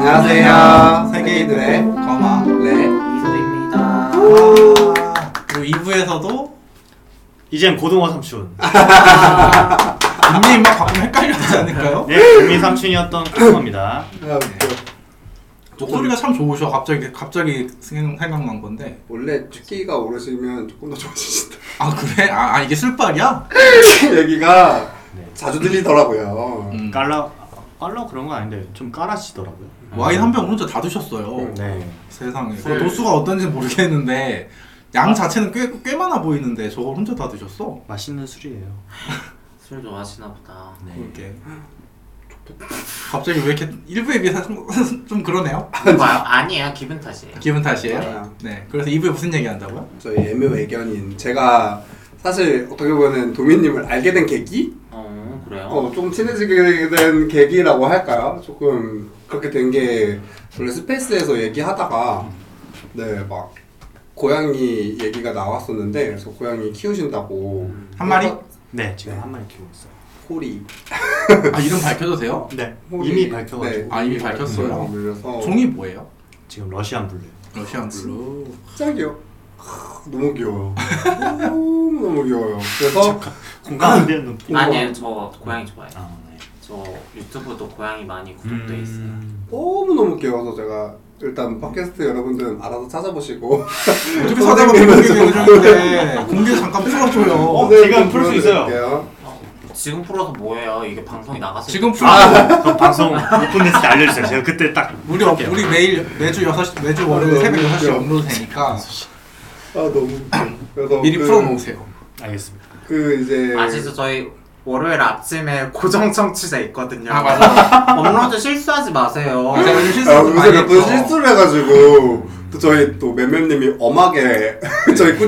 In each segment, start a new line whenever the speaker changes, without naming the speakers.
안녕하세요. 세계이들의 거마
네.
레
이소입니다.
그리고 2부에서도
이젠 고등어 삼촌.
분명히 막 가끔 헷갈려하지 않을까요?
네, 국민 삼촌이었던 고등어입니다.
목소리가 참 좋으셔. 갑자기 갑자기 생각- 생각난 건데.
원래 특기가 오래 쓰면 조금 더 좋아지신다.
아 그래? 아, 아, 이게 슬빨이야?
얘기가
네.
자주 들리더라고요.
음.
깔라 깔라 그런 거 아닌데 좀 깔아지더라고요.
와인 한 병 혼자 다 드셨어요.
네.
세상에. 그
네.
도수가 어떤지 모르겠는데 양 자체는 꽤 꽤 많아 보이는데 저걸 혼자 다 드셨어?
맛있는 술이에요.
술 좋아하시나 보다. 음,
이렇게. 갑자기 왜 이렇게 1부에 비해서 좀, 좀 그러네요?
뭐야? 아니에요. 기분 탓이에요.
기분 탓이에요? 네. 그래서 2부에 무슨 얘기 한다고요?
저희 애묘 외견인 제가 사실 어떻게 보면 도민님을 알게 된 계기,
어 그래요?
어, 조금 친해지게 된 계기라고 할까요? 조금 그렇게 된 게 원래 스페이스에서 얘기하다가 네막 고양이 얘기가 나왔었는데 그래서 고양이 키우신다고
한 마리?
네, 지금
네.
한 마리 키우고 있어요.
호리
아 이름 밝혀도 돼요?
네.
호리.
이미 밝혀가지고
어, 네.
아 이미 밝혔어요.
물려서
종이 뭐예요?
지금 러시안 블루.
러시안 블루.
짝이요. 너무 귀여워요. 너무 너무 귀여워요. 그래서
공감 안 되는 눈빛.
아니에요. 저 고양이 좋아해요.
아, 네.
저 유튜브도 고양이 많이 구독돼
음.
있어요.
너무너무 귀여워서 제가 일단 팟캐스트 여러분들은 알아서 찾아보시고
어차피 사대가 아, 공개되는데 공개 잠깐
어,
풀어줘요.
네,
지금 풀수 있어요.
보여드릴게요.
지금 풀어서 뭐예요? 이게 방송이 나가서
지금 풀어.
아, 그럼 방송 오픈했을 때 알려주세요. 제가 그때 딱
우리 업- 우리 매일 매주 6시 매주 월요일 새벽 6시 업로드 되니까
아 너무 웃겨. 그래서
미리
그,
풀어놓으세요.
알겠습니다.
그 이제
아 진짜 저희 월요일 아침에 고정 청취자 있거든요.
아 맞아.
업로드 실수하지 마세요. 음,
제가 요즘
아,
실수도
요새
많이
몇번
했어.
실수를 해가지고 또 저희 또 맴맴님이 엄하게 저희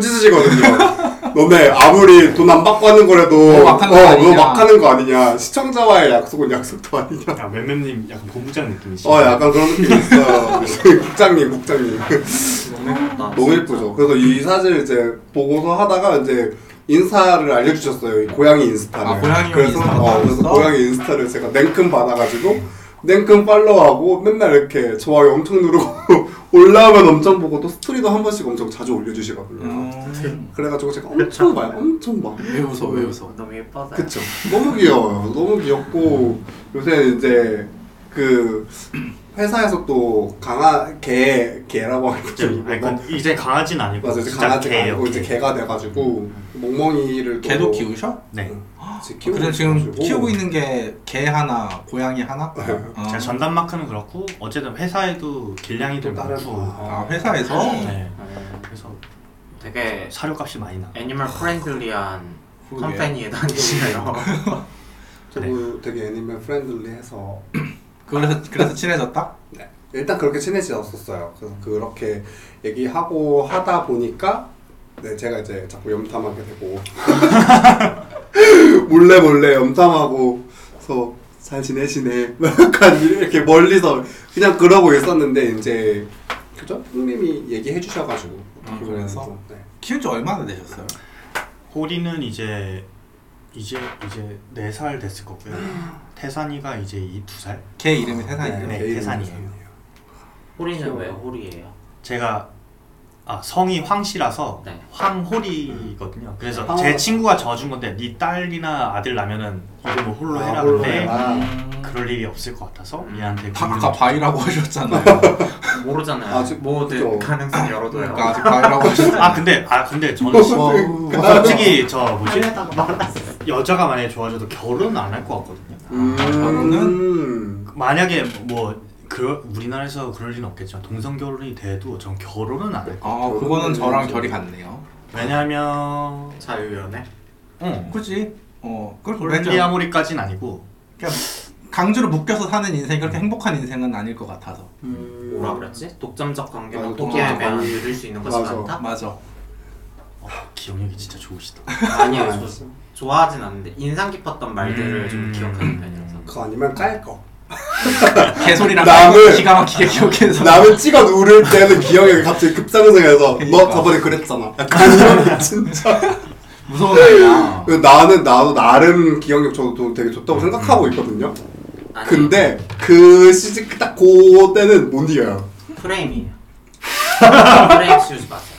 꾸짖으시거든요. 너네 아무리 돈 안 받고 하는 거라도 어,
너무 막 하는 거 아니냐.
너막 하는 거 아니냐. 시청자와의 약속은 약속도 아니냐.
아, 맴맴님 약간 본부장 느낌이시죠?
어 약간 그런 느낌 있어요. 저희 국장님 국장님.
너무 예쁘다.
너무 예쁘죠. 그래서 이 사진을 이제 보고서 하다가 이제 인사를 알려주셨어요. 이 고양이 인스타를.
아, 고양이용
그래서,
인스타가
어, 그래서
나왔어?
고양이 인스타를 제가 냉큼 받아가지고 냉큼 팔로우하고 맨날 이렇게 좋아요 엄청 누르고 올라오면 엄청 보고 또 스토리도 한 번씩 엄청 자주 올려주시거든요.
음,
그래가지고 제가 엄청 봐요. 엄청 봐.
왜 웃어 왜 웃어.
너무 예뻐서.
그쵸. 너무 귀여워요. 너무 귀엽고 요새 이제 그 회사에서 또 강아 개 개라고 하는
이제, 아니, 그- 이제 강아지는 아니고
뭐, 맞아 이제
진짜
강아지가
개예요,
아니고 이제
개.
개가 돼가지고 멍멍이를 또
개도 키우셔?
네.
이제 키우고
그래 지금
있어가지고.
키우고 있는 게 개 하나, 고양이 하나.
아.
어.
제가 전담 마크는 그렇고 어쨌든 회사에도 길냥이 도
또 다른
많고. 어.
거.
아 회사에서
네.
음,
그래서
되게
사료값이 많이 나.
애니멀 프렌들리한
그러게요.
컴퍼니에 다니시네요.
네.
그리고 되게 애니메 프렌들리해서
그래서 그래서 친해졌다.
네. 일단 그렇게 친해지었었어요. 그래서 그렇게 얘기하고 하다 보니까 네 제가 이제 자꾸 염탐하게 되고 몰래 몰래 염탐하고 그래서 잘 지내시네 약간 이렇게 멀리서 그냥 그러고 있었는데 이제 그죠? 형님이 얘기해 주셔가지고
아, 그래서?
네.
키운 지 얼마나 되셨어요?
호리는 이제 이제 이제 네 살 됐을 거고요.
음.
태산이가 이제 이두 살.
개 이름이 세상이에요.
네,
개인
태산이에요.
유산이에요.
호리는 왜 호리예요?
제가 아 성이 황씨라서
네.
황호리거든요. 그래서
아.
제 친구가 져준 건데 네 딸이나 아들 나면은 이름을 홀로
아,
해라
홀로
근데
해라. 음. 아.
음.
그럴 일이 없을 것 같아서 얘한테
바,
공유를-
아까 바이라고 하셨잖아요.
모르잖아요.
아직
뭐든
그죠.
가능성 열어둬요.
그러니까 아직 바이라고 하셨.
아 근데 아 근데 저는 시- 솔직히
아,
저 뭐지
하려다가 말았어.
여자가 만약에 좋아져도 결혼 안 할 것 같거든요.
음.
저는
만약에 뭐 그, 우리나라에서 그럴 일은 없겠지만 동성 결혼이 돼도 전 결혼은 안 할 거.
아 그거는 저랑 결이 같네요.
어. 왜냐면
자유연애?
응.
그렇지. 어 그걸 그랬죠.
폴리아모리까진 아니고
강제로 묶여서 사는 인생 그렇게 행복한 인생은 아닐 것 같아서.
음.
뭐라 그랬지? 독점적 관계만
맞아,
포기하면 뭐
독점적 관계.
누릴 수 있는 것이
맞아.
많다?
맞아.
아, 기억력이 진짜 좋으시다.
아니요. 저, 좋아하진 않는데 인상 깊었던 말들을
음.
좀 기억하는 편이라서.
그거 아니면 깔 거.
개소리랑 그
남을-
기가 막히게 기억해서.
남을 찍어 누를 때는 기억이 갑자기 급상승해서
그러니까.
너 저번에 그랬잖아. 약간 이런 진짜.
무서운 아이야.
나는 나도 나름 기억력 저도 되게 좋다고 생각하고 있거든요.
아니
근데 그 시즌 딱 그때는 못 이겨요.
프레임이에요. 프레임 씌우지 마세요.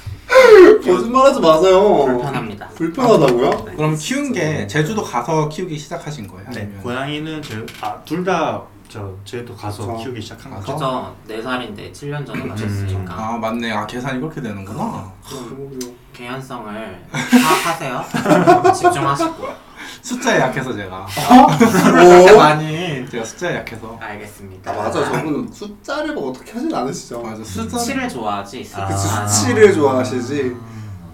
거짓말하지 마세요.
불편합니다.
불편하다고요?
그럼 키운 게 제주도 가서 키우기 시작하신 거예요?
네,
아니면-
고양이는 아, 아둘다저 제주도 가서
그쵸.
키우기 시작한
아,
거죠.
그래서 4살인데 7년 전에
음.
맞췄으니까
아 맞네. 아 계산이 그렇게 되는구나.
어?
개연성을 파악하세요. 집중하시고.
숫자에 약해서 제가
오.
많이.
제가 숫자에 약해서
알겠습니다.
아 맞아 저분 숫자를 뭐 어떻게 하진 않으시죠.
맞아 숫자
수치를 좋아하지.
아.
그
숫자.
수치를 좋아하시지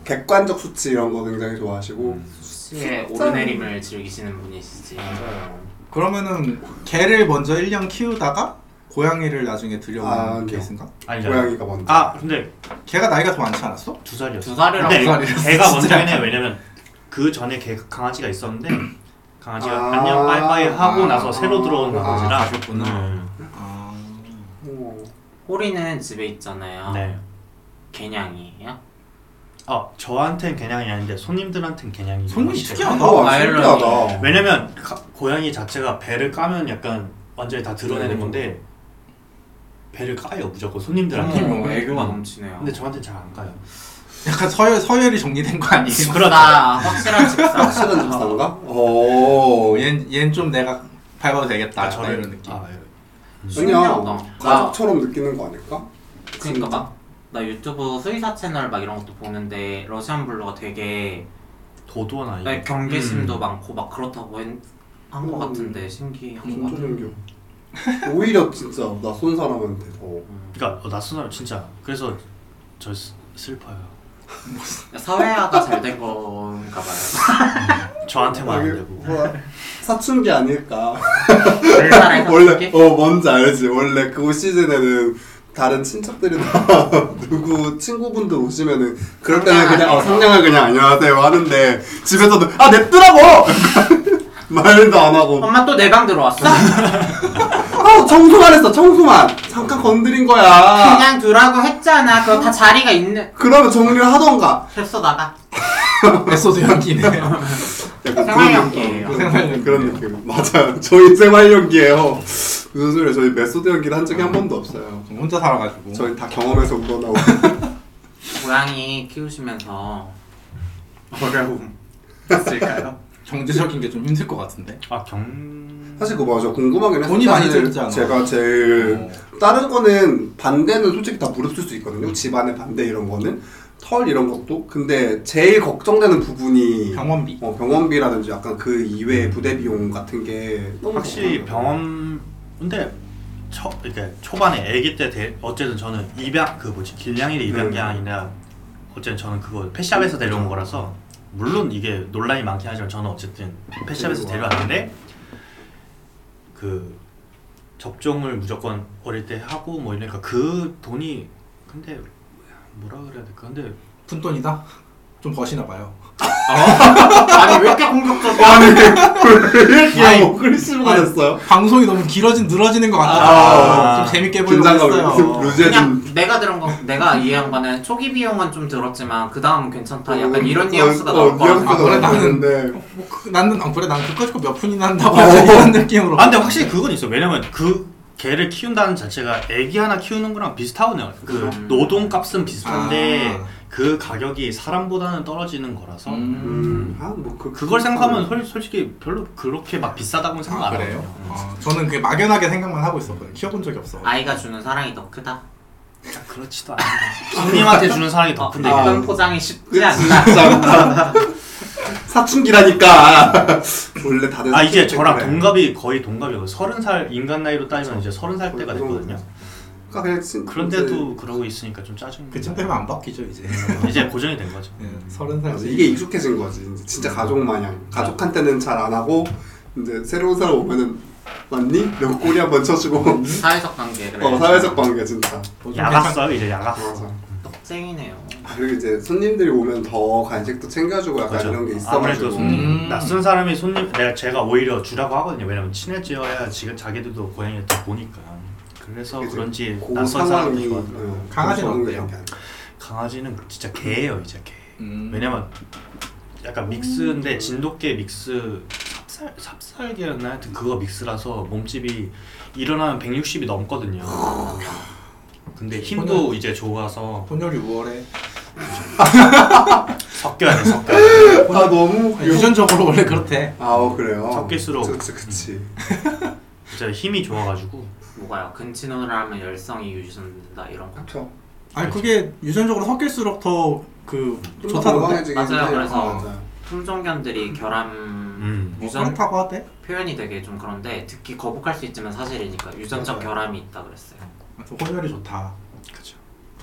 객관적 수치 이런 거 굉장히 좋아하시고
음.
수치의 오르내림을 즐기시는 분이시지.
그러면은 개를 먼저 1년 키우다가 고양이를 나중에
아,
들여오는
아니요.
케이스인가?
아니죠.
고양이가 먼저
아 근데
걔가 나이가 더 많지 않았어?
두 살이었어.
두 살이라고
근데
두 살이라고
걔가
진짜.
먼저긴 해요. 왜냐면 그 전에 걔 강아지가 있었는데 강아지가
아.
안녕 빠이빠이 하고 나서 새로 들어온
아,
강아지라.
그렇구나.
음,
아,
오.
호리는 집에 있잖아요.
네.
개냥이에요?
어 저한텐 개냥이 아닌데 손님들한텐 개냥이.
손이
있어요.
특이하다.
어,
아이러니.
신기하다.
왜냐면 가- 고양이 자체가 배를 까면 약간 완전히 다
네.
드러내는 건데 배를 까요 무조건 손님들한테.
음.
어, 애교가 넘치네요.
근데 저한테 잘 안 까요.
약간 서열 서열이 정리된 거 아니에요?
그러다 확실한 집사.
확실한 집사인가? 오.
어, 얘얘좀 내가 밟아도 되겠다.
아,
나 이런 느낌.
아, 예.
그냥
신기하다.
가족처럼 느끼는 거 아닐까?
그러니까 막 나 유튜브 수의사 채널 막 이런 것도 보는데 러시안 블루가 되게
도도한 아이.
나 경계심도
음.
많고 막 그렇다고 한 것
음.
같은데 신기한
진짜
것 같아.
신기해. 오히려 진짜 낯선 사람한테 더
그러니까 어, 낯선 진짜. 그래서 저 슬- 슬퍼요.
사회화가 잘 된 건가 봐요.
저한테만
아,
안
아,
그
이게
되고.
뭐야, 사춘기 아닐까
우리나라에서
원래
그렇게?
어 뭔지 알지 원래 그 시즌에는 다른 친척들이나 누구 친구분들 오시면은 그럴 때는
상냥하게.
그냥 어, 상냥하게 그냥 안녕하세요 하는데 집에서도 아 냅두라고 말도 안 하고
엄마 또 내 방 들어왔어?
어 청소만 했어 청소만 잠깐 건드린 거야
그냥 두라고 했잖아. 그거 다 자리가 있는.
그러면 정리를 하던가
됐어 나가.
메소드 연기네.
약간
생활
그런
연기예요.
느낌.
생활 연기.
그런 느낌 맞아요 저희 생활 연기예요 무슨 소리야 저희 메소드 연기를 한 적이 한 번도 없어요
혼자 살아가지고.
저희 다 경험에서 우러나오고
고양이 키우시면서 어려움 있을까요?
경제적인 게 좀 힘들 것 같은데.
아 경.
사실 그거 맞아 궁금하긴 했어
돈이 많이
사실
들지 않아?
제가 제일
어.
다른 거는 반대는 솔직히 다 무릅쓸 수 있거든요 집안의 반대 이런 거는 털 이런 것도 근데 제일 걱정되는 부분이
병원비.
어, 병원비라든지 약간 그 이외의 부대 비용 같은 게 너무
확실히
걱정돼요.
병원 근데 초 이렇게 초반에 아기 때 대, 어쨌든 저는 입양 그 뭐지 길냥이를 입양이
네. 음, 그렇죠.
아니라 어쨌든 저는 그거 펫샵에서 데려온 거라서 물론 이게 논란이 많긴 하지만 저는 어쨌든 펫샵에서
데리고
데려왔는데 그 접종을 무조건 어릴 때 하고 뭐 이러니까 그 돈이 근데 뭐라 그래야 될까 근데
푼돈이다. 좀 버시나 봐요.
아니 왜 이렇게 공격적이야?
아니 왜 이렇게
아니,
뭐 글씨가 됐어요?
방송이 너무 길어진 늘어지는 것 같아서
아.
좀 재밌게 보려고
긴장감을
했어요.
루제 좀
그냥 내가 들은 거 내가 이해한 거는 초기 비용은 좀 들었지만 그 다음은 괜찮다 약간 이런
어,
뉘앙스가
어,
나올 거
뉘앙스가
아,
같아
그래,
나올
나는-
건데.
뭐, 그, 나는 안 그래 난 그까짓 거몇 푼이나
어.
한다고 하자 이런 느낌으로.
아 근데 확실히 그건 있어 왜냐면 그 개를 키운다는 자체가 애기 하나 키우는 거랑 비슷하거든요 그
음.
노동값은 비슷한데
아.
그 가격이 사람보다는 떨어지는 거라서
음, 아, 뭐 그-
그걸 생각하면 솔, 솔직히 별로 그렇게 막 비싸다고는 생각
아,
안
그래요?
해요
아, 저는 그 막연하게 생각만 하고 있었거든요. 키워본 적이 없어.
아이가 주는 사랑이 더 크다
그렇지도 않아요 손님한테 주는 사랑이 더
어,
큰데
아.
어떤 포장이 쉽지 않다
진짜 사춘기라니까 원래 다들
아 이제
사춘기
저랑
때문에.
동갑이 거의 동갑이고 서른 살 인간 나이로 따지면 이제 서른 살 때가 됐거든요
그러니까 그냥 진-
그런데도 그러고 있으니까 좀 짜증
그쯤 되면 안 바뀌죠 이제.
이제 고정이 된 거죠
예, 서른
이제-
살.
맞아, 이게 익숙해진 거지 이제 진짜
음.
가족 마냥 가족한테는 잘 안 하고 이제 새로운 사람 오면은 맞니? 이러고 꼬리 한번 쳐주고
음.
음, 사회적 관계 그래
어 사회적 관계 진짜
뭐
야갔어요 이제 야갔어
맞아.
떡쟁이네요
그리고 이제 손님들이 오면 더 간식도 챙겨주고 약간
그죠.
아, 이런 게 있어가지고
아무래도 손님
음.
낯선 사람이 손님 내가 제가 오히려 주라고 하거든요. 왜냐면 친해져야 지금 자기들도 고양이를 더 보니까 그래서
그치.
그런지
그
낯선
상황이
사람이 좋아하더라고요.
어,
강아지는
그런
어때요?
게
강아지는 진짜 개예요, 이제 개.
음.
음.
왜냐면 약간 믹스인데 진돗개 믹스 찹쌀 찹쌀계였나 하여튼 그거 믹스라서 몸집이 일어나면 160이 넘거든요. 근데 힘도 이제 좋아서
혼혈이 우월해.
섞여야 돼 섞여. 야
아 너무 웃겨.
유전적으로 원래 그렇대.
아 어, 그래요.
섞일수록.
그치 그치.
음. 진짜 힘이 좋아가지고
뭐가요? 근친혼을 하면 열성이 유지된다 이런 거.
그렇죠.
아니 그게 유전적으로 섞일수록 더 그
좀더
좋다던데.
건강해지긴
맞아요,
해요.
그래서.
맞아요.
품종견들이 결함
음.
뭐
유전
그렇다고 하대.
표현이 되게 좀 그런데 듣기 거북할 수 있지만 사실이니까 유전적
맞아요.
결함이 있다 그랬어요.
아무튼 혼혈이 좋다.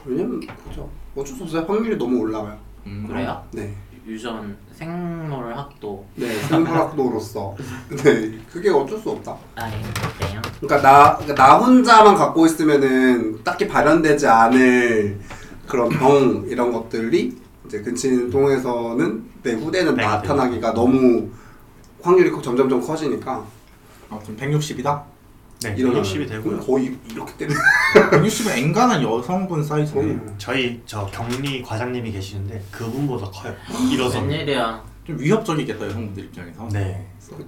왜냐면 그죠. 어쩔 수 없어요. 확률이 너무 올라가요.
음.
그래요?
네.
유전 생물학도
네. 생물학도로서. 네. 그게 어쩔 수 없다.
아예 그래요.
그러니까 나, 그러니까 나 혼자만 갖고 있으면은 딱히 발현되지 않을 그런 병 이런 것들이 이제 근친 통해서는 내 후대는
네,
나타나기가 너무 확률이 커- 점점점 커지니까
아무튼 160이다.
네
일어나요.
160이 되고요.
거의 이렇게 때리는
160은 엔간한 여성분 사이즈네.
거예요.
저희 저 격리 과장님이 계시는데 그분보다 커요. 일어서.
웬일이야?
좀 위협적이겠다 여성분들 입장에서.
네.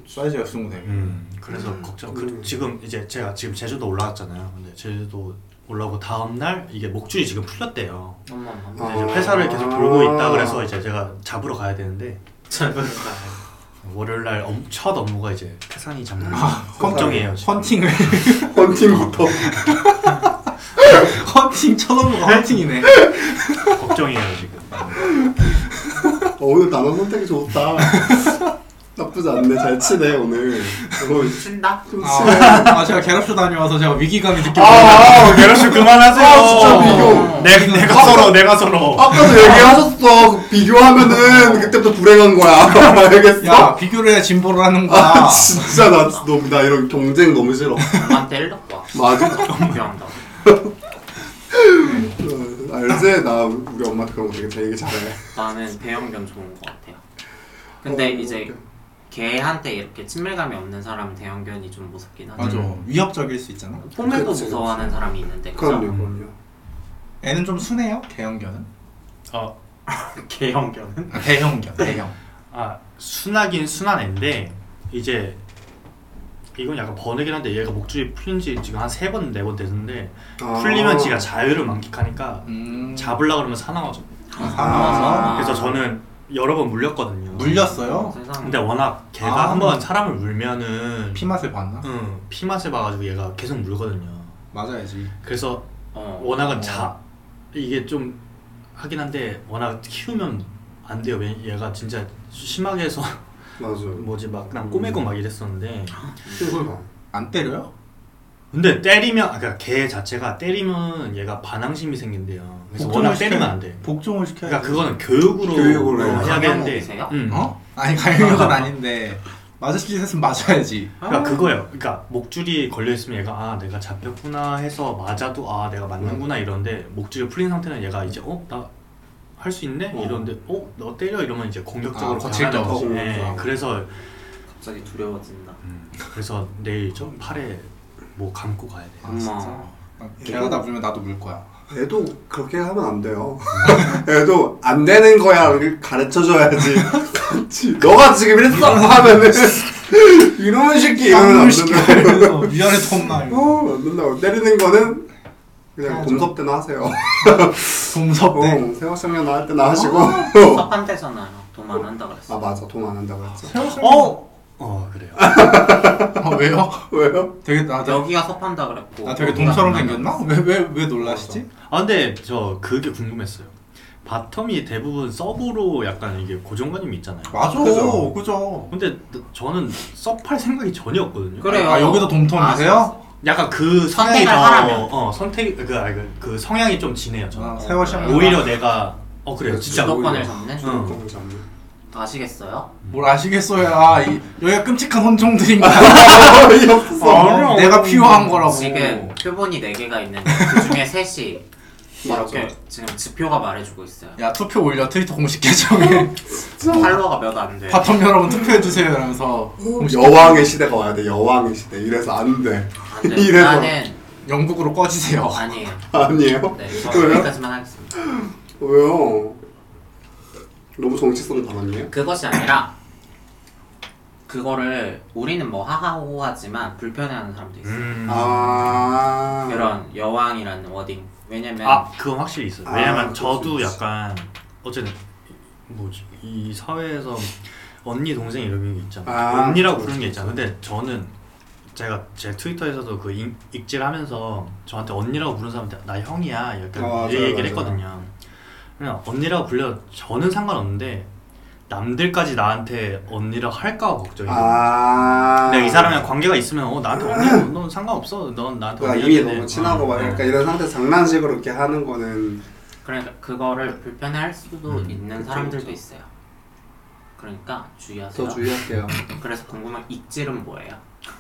사이즈가 그 정도 되면.
음, 그래서
음.
걱정.
음.
그, 지금 이제 제가 지금 제주도 올라왔잖아요. 근데 제주도 올라오고 다음 날 이게 목줄이 지금 풀렸대요.
엄마 엄마.
아.
근데 이제 회사를 계속 돌고 있다 그래서 이제 제가 잡으러 가야 되는데
잘못 봐.
월요일 날 엄, 첫 업무가 이제 태산이 잡는
아,
걱정이에요. 지금.
헌팅을
헌팅부터 어,
헌팅 천원무가 헌팅이네.
걱정이에요
아,
지금.
어, 오늘 단어 선택이 좋다 나쁘지 않네 잘 치네 오늘 오늘
아.
친다?
좀
아,
치네
아, 제가 게랍쇼 다녀와서 제가 위기감이 느껴.
아, 결혼식 그만하세요. 네,
아, 진짜 비교.
내, 내가 서로 내가 서로.
아까도 얘기하셨어 그 비교하면은 그때부터 불행한 거야 알겠어?
야 비교를 해야 진보를 하는 거야.
아 진짜 나 너무 나 이런 경쟁 너무 싫어. 뭐
엄마 때리러 와.
맞아.
비교한다.
어, 알지? 나 우리 엄마한테 그런 거 되게 잘 얘기 잘해.
나는 대형견 좋은 것 같아요. 근데
어,
이제 개한테 이렇게 친밀감이 없는 사람은 대형견이 좀 무섭긴 하죠.
맞아. 위협적일 수 있잖아.
포메도
그치,
무서워하는 사람이 있는데
그럼요,
그죠?
그럼요.
애는 좀 순해요. 대형견은.
아.
어,
개형견은?
아, 대형견. 대형.
아 순하긴 순한 애인데 이제 이건 약간 번외긴 한데 얘가 목줄이 풀린 지 지금 한 세 번 네 번 됐는데
아,
풀리면 지가 자유를 만끽하니까
음.
잡으려 그러면 사나워져.
아.
그래서 저는 여러 번 물렸거든요.
물렸어요.
세상에.
근데 워낙 걔가
아.
한번 사람을 물면은 피...
피맛을 봤나?
응, 피맛에 봐가지고 얘가 계속 물거든요.
맞아야지.
그래서
어.
워낙은
어.
자 이게 좀 하긴 한데 워낙 키우면 안 돼요. 왜- 얘가 진짜 심하게 해서
맞아.
뭐지 막 그냥 꼬매고 막 이랬었는데
안 때려요?
근데 때리면 아까 그러니까 걔 자체가 때리면 얘가 반항심이 생긴대요. 그래서
복종을
워낙
시켜야-
때리면 안 돼.
복종을 시켜야.
그러니까 그거는 교육으로,
교육으로
해야 되는데.
강요하세요?
음.
어? 아니 강요건 아닌데 맞을 짓은 맞아야지.
그러니까 그거예요. 그러니까 목줄이 걸려 있으면 얘가 아 내가 잡혔구나 해서 맞아도 아 내가 맞는구나 이런데 목줄이 풀린 상태는 얘가 이제 어 나 할 수 있네
어.
이런데 어 너 때려 이러면 이제 공격적으로
아, 거칠게
당하는 거지.
하고.
네, 그래서
갑자기 두려워진다.
그래서 내일 저 팔에 뭐 감고 가야 돼.
엄마.
음.
개하다 불면 나도 아, 물 거야.
애도 그렇게 하면 안 돼요. 애도 안 되는 거야. 이렇게 가르쳐줘야지. 같이 너가 지금 이랬어 하면은 이놈의
예,
새끼 이러면 안 된다.
그래서
어,
미안해 톰나 이거.
어, 안 된다고. 때리는 거는 그냥
해야죠. 네.
곰섭 때나 하세요.
동섭대.
어, 세워성년 나할 때나 하시고.
그
섭한테서는 도만 한다
아
그랬어.
맞아 돈 안 한다고 했죠
어, 어 그래요.
아 왜요?
왜요?
되게 나, 나,
여기가 섭한다 그랬고.
나 되게
어,
여기가
아, 동처럼
안
생겼나? 왜 왜 왜 놀라시지?
아 근데 저 그게 궁금했어요. 바텀이 대부분 서브로 약간 이게 고정관념이 있잖아요.
맞아.
그죠.
그죠.
근데 저는 서브할 생각이 전혀 없거든요.
그래요.
아 여기도 돔톰이세요?
약간 그
선택을
성향이 더-
하라면.
어 선택 그, 아니, 그, 그 성향이 좀 진해요 저는
아, 세월 시험
오히려 내가 어 그래요
그렇죠.
그렇지.
진짜
어, 주도권을
오히려.
잡네.
응.
그런 거 없네.
아시겠어요?
뭘 아시겠어요? 아 이, 여기가 끔찍한 혼종들인가? 아,
어려워.
내가 필요한 거라고.
지금 표본이 4개가 있는데 그 중에 셋이 이렇게 지금 지표가 말해주고 있어요.
야 투표 올려 트위터 공식 계정에
팔로워가 몇 안 돼.
바텀 여러분 투표해 주세요 이러면서 공식
어, 여왕의 시대가 와야 돼 여왕의 시대 이래서 안돼
안 돼.
이래서.
나는
영국으로 꺼지세요.
아니에요.
아니에요?
네, 저
왜요?
여기까지만 하겠습니다. 음.
왜요? 너무 정치성 담았네요
그것이 아니라 그거를 우리는 뭐 하하호호 하지만 불편해하는 사람도 있어. 요
음.
음.
아
그런 여왕이라는 워딩. 왜냐면
아 그건 확실히 있어요.
아,
왜냐면
그럴
저도
수 있어.
약간 어쨌든 뭐지 이 사회에서 언니 동생 이름이 있잖아.
아,
언니라고
그렇죠,
부르는 게 있잖아. 근데 저는 제가 제 트위터에서도 그 인- 익질하면서 저한테 언니라고 부르는 사람한테 나 형이야 약간
아, 맞아요,
이 얘기를
맞아요.
했거든요. 그냥 언니라고 불려 저는 상관없는데 남들까지 나한테 언니라고 할까 걱정이. 아.
아
근데 이 사람이랑 관계가 있으면 어 나한테 언니 넌 상관없어 넌 나한테 어.
그러니까
언니
이미 너무
아.
친하고 막 그러니까 이런 상태 장난식으로 이렇게 하는 거는
그러니까 그거를 불편해할 수도
음,
있는
그쵸,
사람들도
그쵸.
있어요. 그러니까 주의하세요.
더 주의할게요.
그래서 궁금한 익질은 뭐예요?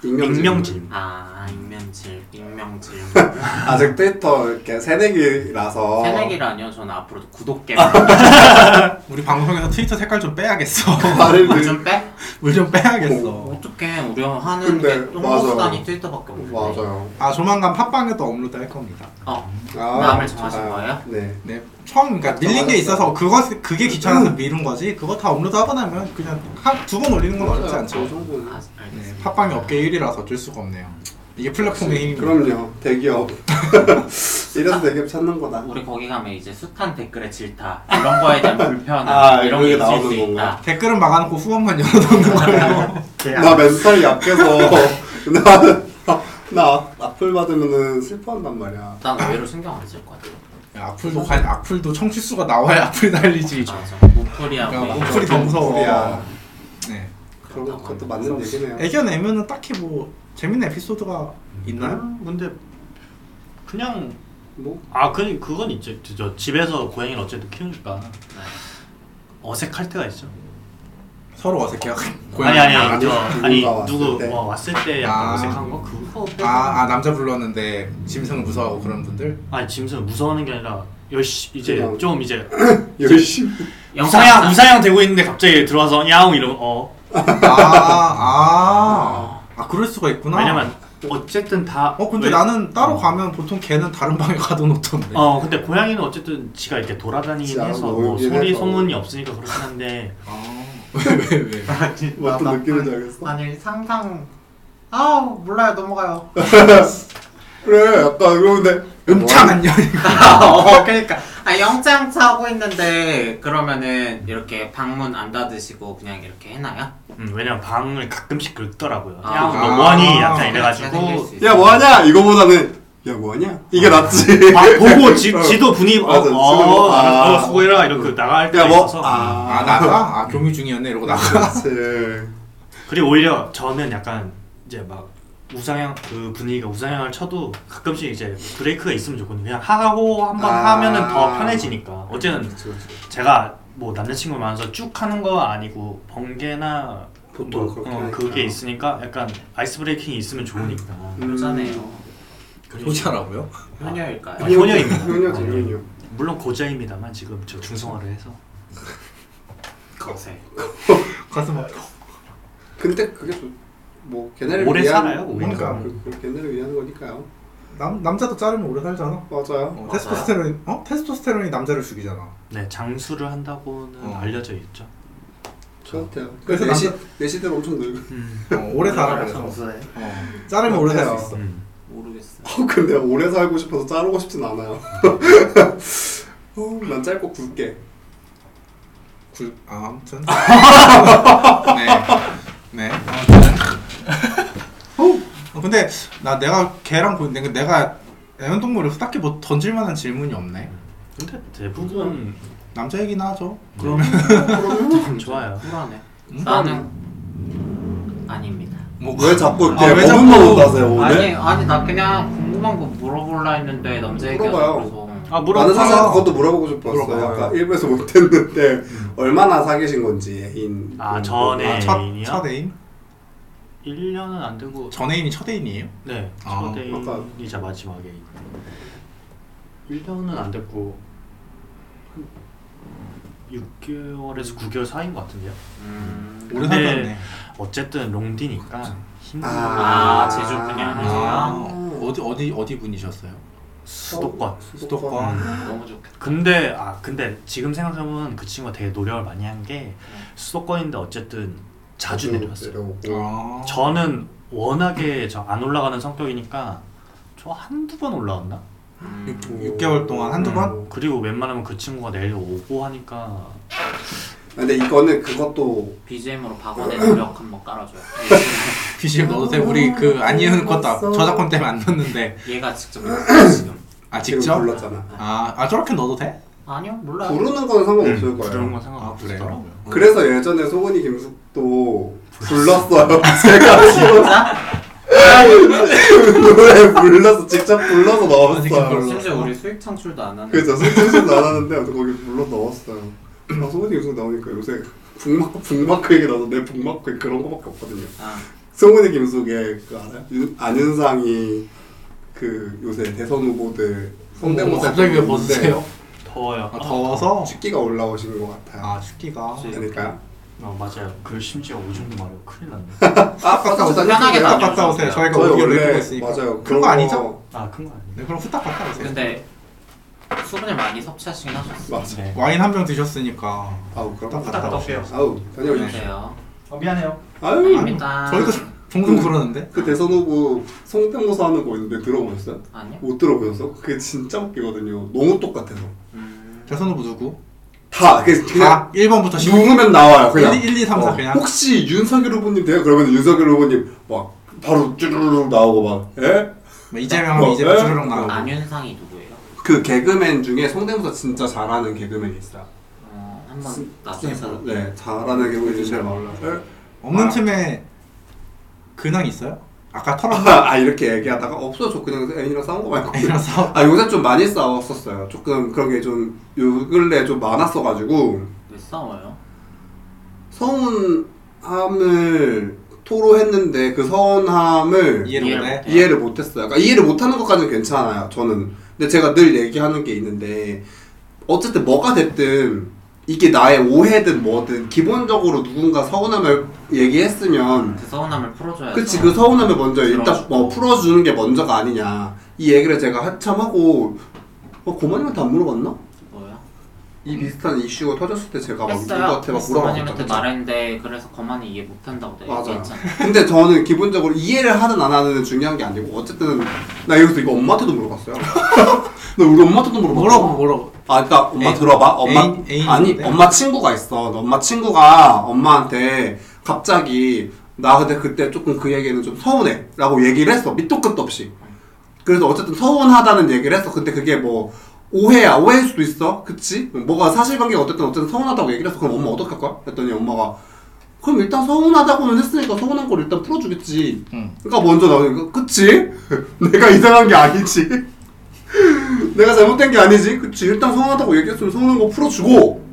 익명질.
익명진
아 익명질, 익명질. 뭐
아직 트위터 이렇게 새내기라서
새내기라뇨? 저는 앞으로도 구독겜
아,
우리 방송에서 트위터 색깔 좀 빼야겠어.
말을 늘-
좀 빼?
물 좀 빼야겠어.
어떡해 우리 하는
네. 근데,
게
맞아요.
똥보스단이 트위터밖에 없는데
맞아요.
아 조만간 팟빵에 또 업로드 할 겁니다.
어
아,
마음을 정하신
좋아요.
거예요?
네.
네 처음 그러니까 밀린 게 있어서 그거 그게 귀찮아서 미룬 거지. 그거 다 업로드 하고 나면 그냥 두 번 올리는 건 어렵지
그
않죠.
정도는.
아,
네
알겠습니다
팟빵이 업계 1위라서 어쩔 수가 없네요. 이게 플랫폼의
네.
힘입니다.
그럼요. 대기업. 이래서 대기업 찾는 거다.
우리 거기 가면 이제 숱한 댓글에 질타 이런 거에 대한 불편함
아,
이런
그게
게 있을
나오는
수 있다
건가?
댓글은 막아놓고 후원만 열어놓는 거예요.
네,
나 멘탈 약해서 나, 나 악플 받으면 슬퍼한단 말이야.
난 의외로 신경 안 쓸 것 같아
야, 악플도 관, 악플도 청취수가 나와야 악플이
어,
달리지.
그렇죠.
맞아 모풀이하고
그러니까
이런
악플이 더 무서워.
아,
악플이야.
네.
그런
그렇다고
것도
하는데.
맞는 얘기네요.
애견내면은 딱히 뭐 재밌는 에피소드가 있나요?
음, 근데 그냥
뭐
아, 그 그건 있죠. 저- 저 집에서 고양이를 어쨌든 키우니까
네.
어색할 때가 있죠.
서로 어색해요.
아니 아니 아니,
아니요.
저, 아니
누군가 왔을
누구
때.
뭐 왔을 때 약간
아.
어색한 거 그거.
아, 아 남자 불렀는데 짐승 무서워하고 그런 분들?
아니 짐승 무서워하는 게 아니라 열시 이제
그냥.
좀 이제
열심히
우사양 우사양 되고 있는데 갑자기 들어와서 야옹 이러면 어
아, 아, 아 그럴 수가 있구나.
왜냐면 어쨌든 다
어 근데
왜-
나는 따로 가면 보통 걔는 다른 방에 가둬놓던데.
어 근데 고양이는 어쨌든 지가 이렇게 돌아다니긴
진짜
해서 뭐
놀긴
소리
해서.
소문이 없으니까 그렇긴 한데
아. 왜 왜 왜?
어떤 느낌인지 알겠어?
아니 상상 아우 몰라요 넘어가요
그래 약간 그런데
음창 안녕.
어, 그러니까 아 영장 차고 있는데 그러면은 이렇게 방문 안 닫으시고 그냥 이렇게 해놔요?
음, 왜냐면 방을 가끔씩 긁더라고요.
아.
야옹
그러니까.
너 뭐하니 약간
아,
이래가지고
야 뭐하냐 이거보다는 야 뭐하냐 이게 낫지.
아 보고 지, 지도 분위기 어,
맞아, 지도.
어, 알았어
아.
수고해라 이렇게 나갈 때가
야 뭐?
있어서
아 나가? 아 교미 중이었네 이러고 나가.
그렇지.
그리고 오히려 저는 약간 이제 막 우상향 그 분위기가 우상향을 쳐도 가끔씩 이제 브레이크가 있으면 좋거든요 그냥 하하호 한번
아.
하면은 더 편해지니까 어쨌든
그렇지, 그렇지.
제가 뭐 남자친구 만나서 쭉 하는 거 아니고 번개나
보통
뭐,
그렇게
어,
하니까.
그게 있으니까 약간 아이스 브레이킹이 있으면 좋으니까
음.
그러잖아요
그렇죠.
효자라고요?
효녀일까요?
아, 효녀입니다.
효녀지 효녀.
물론 고자입니다만 지금 저 중성화를 해서
거세
가슴 아파.
근데 그게 좋- 뭐 걔네를
오래 음.
위한
살아요 오히려
그러니까.
그, 그 걔네를 위한 거니까요.
남 남자도 자르면 오래 살잖아.
맞아요.
어, 테스토스테론 어 테스토스테론이 남자를 죽이잖아.
네 장수를 한다고는
어.
알려져 있죠 음.
저한테요. 그래서
그래서
내시 내시들 엄청 늙어.
어, 오래 살아 그래서.
거세
어, 자르면 오래 살 수 있어.
음.
모르겠어
어, 근데 오래 살고 싶어서 자르고 싶진 않아요. 어, 난 짧고 굵게.
굴, 아, 아무튼. 네. 네. 아무튼. 어, 근데 나 내가 걔랑 보는데 내가 애완동물을 딱히 뭐 던질 만한 질문이 없네.
근데 대부분
남자 얘기나 하죠. 그러면
음, 좋아요.
불안해
음?
나는 아닙니다
뭐,
왜 자꾸
아,
이렇게
왜
머뭇
자꾸-
머뭇 하세요
아니
오늘?
아니 나 그냥 궁금한 거 물어볼라 했는데 남자 얘기하서
물어봐요.
그래서
아 물어봐.
나는 사실 그것도 물어보고
물어봐요.
싶었어요. 아까 일부에서 못했는데 얼마나 사귀신 건지 애인.
아, 전에.
아, 첫,
애인이요?
첫 애인?
1년은 안 되고
전 애인이 첫 애인이에요?
네
아,
첫
아까-
데이자 마지막에 1년은 안 됐고 한 6개월에서 9개월 사이인 것 같은데요.
음...
오래
근데-
살았네.
어쨌든 롱디니까 힘든
아, 제주 분야.
아, 어디 어디 어디 분이셨어요?
수도권. 음.
수도권.
너무 좋겠다
근데 아 근데 지금 생각하면 그 친구가 되게 노력을 많이 한 게 수도권인데 어쨌든 자주 내려왔어요.
내려오고.
아.
저는 워낙에 저 안 올라가는 성격이니까 저 한두 번 올라왔나?
음,
6, 개월 동안 한두 번?
음, 그리고 웬만하면 그 친구가 내려오고 하니까
근데 이거는 그것도
BGM으로 박원의 노력 한번 깔아줘요.
BGM 넣어도 돼? 우리 그 안이은
아,
것도 안- 저작권 때문에 안 넣었는데
얘가 직접 했어요, 지금.
아
지금
직접?
불렀잖아.
아, 아 저렇게 넣어도 돼?
아니요 몰라요.
부르는 건 상관없을
음,
거예요.
그런 건
아, 그래요?
상관없더라고요.
그래서 예전에 소근이 김숙도 불렀어요. 제가 지금
진짜?
노래 불러서 직접 불러서
직접
넣었어요.
불러.
심지어 우리 수익 창출도 안 하는.
그죠 소근이 나왔는데 아무튼 거기 불러 넣었어요. 아, 소근이 김숙 나오니까 요새 북마크 북마크 얘기 나서 내 북마크에 그런 거밖에 없거든요.
아,
소문의 김숙의 그 알아요? 윤- 안윤상이 그 요새 대선 후보들
어,
성대모사
갑자기 왜
했는데
벗으세요?
더워요.
아, 더워서?
식기가 올라오신 것 같아요.
아 춥기가
혹시-
그러니까요.
아, 맞아요. 그 심지어 오줌도 말이요. 큰일 났네.
아
갔다 오세요
편하게
후딱
다녀오세요.
갔다 오세요 저희가
저희
오디오를
원래
듣고 있으니까
맞아요.
그런 거 아니죠?
아, 큰 거 아니에요?
네 그럼 후딱 갔다 오세요
근데 수분을 많이 섭취하시긴 하셨어요.
맞아.
네.
와인 한 병 드셨으니까
아우 그럼
후딱 갔다 오세요
아우
네.
다녀오십시오.
안녕하세요.
어, 미안해요.
아유
감사합니다.
저희도 종종 그러는데
그 대선 후보 성대모사 하는 거 있는데 들어보셨어요?
아니요.
못 들어보셨어? 그게 진짜 웃기거든요. 너무 똑같아서
음,
대선 후보 누구?
다 그- 그냥
다 1번부터 10번
누우면 나와요 그냥
1, 2, 3, 4
어,
그냥
혹시 윤석열 후보님 돼요? 그러면 윤석열 후보님 막 바로 쭈르륵 나오고 막 예? 에?
뭐 이재명 하면 이재명
어,
주르륵 나오고
안윤상이 누구예요?
그 개그맨 중에 성대모사 진짜 잘하는 개그맨이 있어요.
어, 한번 나중에 찾아볼게요.
네, 잘하는 개그맨 중에 제일 많아요.
없는
아.
틈에 근황 있어요? 아까 털었나?
아 이렇게 얘기하다가 없어 저 그냥 애인이랑 싸운 거 말고.
애랑 싸워
아 요새 좀 많이 싸웠었어요. 조금 그런 게 좀 요 근래 좀 많았어가지고
왜 싸워요?
서운함을 토로했는데 그 서운함을
이해를
이해를
못해
못해.
이해를 못했어요. 그러니까 이해를 못하는 것까지는 괜찮아요. 저는. 근데 제가 늘 얘기하는 게 있는데 어쨌든 뭐가 됐든 이게 나의 오해든 뭐든 기본적으로 누군가 서운함을 얘기했으면
그 서운함을 풀어줘야죠.
그치 그 서운함을 먼저 일단
풀어주고.
뭐 풀어주는 게 먼저가 아니냐 이 얘기를 제가 한참 하고 어, 고모님한테 안 물어봤나?
뭐야?
이 비슷한 이슈가 터졌을 때 제가 아, 막
했어요.
누구한테 막 물어봤거든요.
부모님한테 말했는데 그래서 거만이 이해 못한다고 내가
맞아요.
얘기했잖아.
근데 저는 기본적으로 이해를 하든 안 하든 중요한 게 아니고 어쨌든 나 여기서 이거 엄마한테도 물어봤어요. 나 우리 엄마한테도 물어봤어.
뭐라고 뭐라고
아, 그러니까 엄마
애인,
들어봐. 엄마
애인, 애인인데?
아니 엄마 친구가 있어. 엄마 친구가 엄마한테 갑자기 나 근데 그때 조금 그 얘기는 좀 서운해라고 얘기를 했어. 밑도 끝도 없이. 그래서 어쨌든 서운하다는 얘기를 했어. 근데 그게 뭐 오해야 오해일 수도 있어. 그치? 뭐가 사실관계가 어쨌든 어쨌든 서운하다고 얘기를 했어. 그럼 엄마 어떻게 할 거야? 했더니 엄마가 그럼 일단 서운하다고는 했으니까 서운한 걸 일단 풀어주겠지.
응.
그러니까 먼저 나오니까 그치? 내가 이상한 게 아니지. 내가 잘못된 게 아니지. 그치? 일단 서운하다고 얘기했으면 서운한 거 풀어주고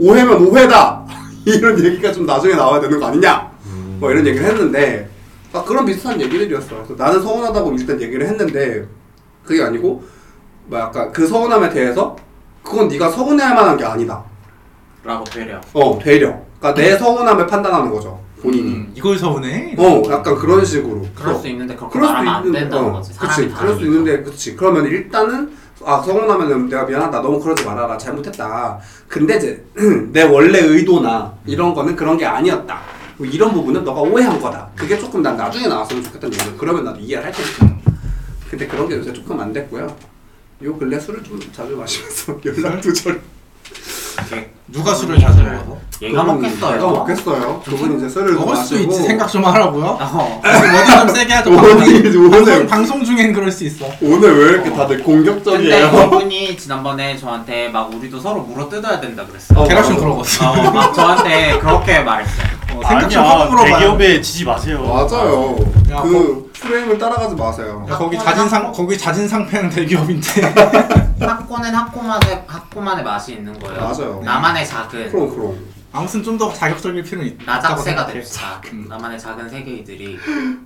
오해면 오해다. 이런 얘기가 좀 나중에 나와야 되는 거 아니냐?
음.
뭐 이런 얘기를 했는데 아, 그런 비슷한 얘기들이었어. 그래서 나는 서운하다고 일단 얘기를 했는데 그게 아니고 뭐 약간 그 서운함에 대해서 그건 네가 서운해할 만한 게 아니다.
라고 되려.
어 되려. 그러니까 내 서운함을 판단하는 거죠. 본인이.
음, 이걸 서운해?
어 약간 그런 식으로.
그럴
어.
수 있는데 그렇게
그럴 수도
말하면 안
있는데,
된다는
어,
거지. 사람이
그치. 그럴 수
다르니까.
있는데, 그치. 그러면 일단은, 아, 서운하면은 내가 미안하다. 너무 그러지 말아라. 잘못했다. 근데 이제, 내 원래 의도나 이런 거는 그런 게 아니었다. 뭐 이런 부분은 너가 오해한 거다. 그게 조금 난 나중에 나왔으면 좋겠다는 얘기야. 그러면 나도 이해를 할 거니까. 근데 그런 게 요새 조금 안 됐고요. 요 근래 술을 좀 자주 마시면서 연락도 절.
이렇게
누가 술을 자주 먹어서?
얘가 먹겠어요.
내가 먹겠어요. 저분 이제 술을 좀
먹을 수도
마시고.
있지 생각 좀 하라고요?
어.
워딩 좀 세게 하죠
오늘,
방송,
오늘,
방송 중엔 그럴 수 있어
오늘 왜 이렇게
어.
다들
근데
공격적이에요?
이분이 지난번에 저한테 막 우리도 서로 물어 뜯어야 된다 그랬어.
어.
계략션
맞아.
들어갔어
어, 막 저한테 그렇게 말했어.
어, 생각 좀
아니야.
하고 물어봐요
대기업에 지지 마세요.
맞아요.
야,
그 프레임을 따라가지 마세요.
야, 거기 자진상 거기 자진상패는 대기업인데
학고는 학고만의 학고만의 맛이 있는 거예요.
맞아요.
나만의 작은
그럼 그럼.
아무튼 좀 더 자격적일 필요는 있다고
나작새가
생각해.
됩시다.
음.
나만의 작은 세계이들이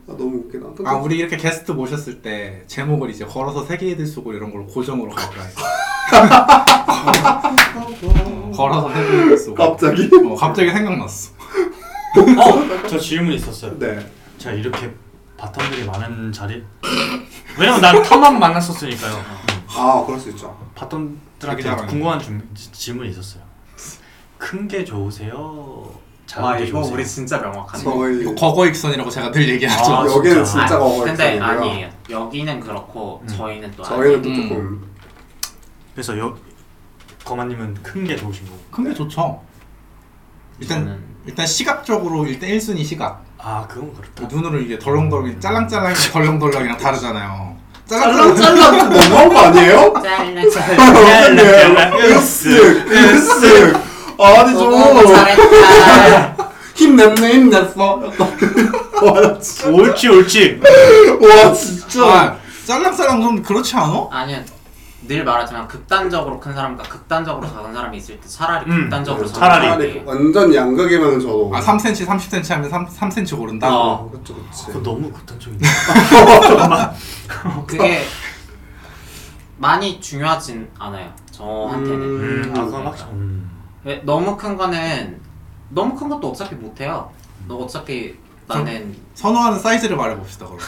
아 너무 웃기다. 근데
아 우리 이렇게 게스트 모셨을 때 제목을 이제 걸어서 세계의 들 속으로 이런 걸로 고정으로 갈까 해서 걸어서 세계의 들 속으로
갑자기?
어, 갑자기 생각났어
어, 저 질문 있었어요.
네.
제가 이렇게 바텀들이 많은 자리. 왜냐면 난 텀만 만났었으니까요.
아 그럴 수 있죠.
되게
바텀들한테
잘하네.
궁금한 주, 지- 아, 질문이 있었어요. 큰 게 좋으세요?
와
자극해
이거
주세요.
우리 진짜 명확한데.
거의
이거 과거익선이라고 제가 늘 얘기하죠.
아,
여기는
진짜.
진짜
아니,
거의
근데
없잖아요.
아니에요. 여기는 그렇고
음.
저희는 또
저희는
아니에요.
또
음.
조금
그래서 여 거마님은 큰 게 좋으신 거고.
큰 게 좋죠. 일단
저는-
일단 시각적으로 일단 1순위 시각.
아 그건 그렇다.
눈으로 이게 덜렁덜렁 짤랑짤랑 덜렁덜렁이랑 다르잖아요. 짤랑짤랑
짤랑짤랑 너무한 거 아니에요?
짤랑 짤랑.
어, 짤랑짤랑.
으쓱 으쓱 아니
너무
좀
잘했다.
힘냈네 힘냈어 와 진짜
옳지 옳지.
와
아,
진짜
짤랑짤랑 좀 그렇지 않아?
아니요. 늘 말하지만 극단적으로 큰 사람과 극단적으로 작은 사람이 있을 때 차라리
음,
극단적으로 작은
차라리.
사람이
완전 양극이면 저도
아 3cm, 30cm 하면 3, 3cm 고른다.
어.
그쵸 그치
그거 너무 극단적인데.
그게 많이 중요하진 않아요. 저한테는.
음, 아 그건
그러니까.
확실히. 음.
왜, 너무 큰 거는 너무 큰 것도 어차피 못 해요. 너 어차피 나는
선호하는 사이즈를 말해봅시다. 그럼.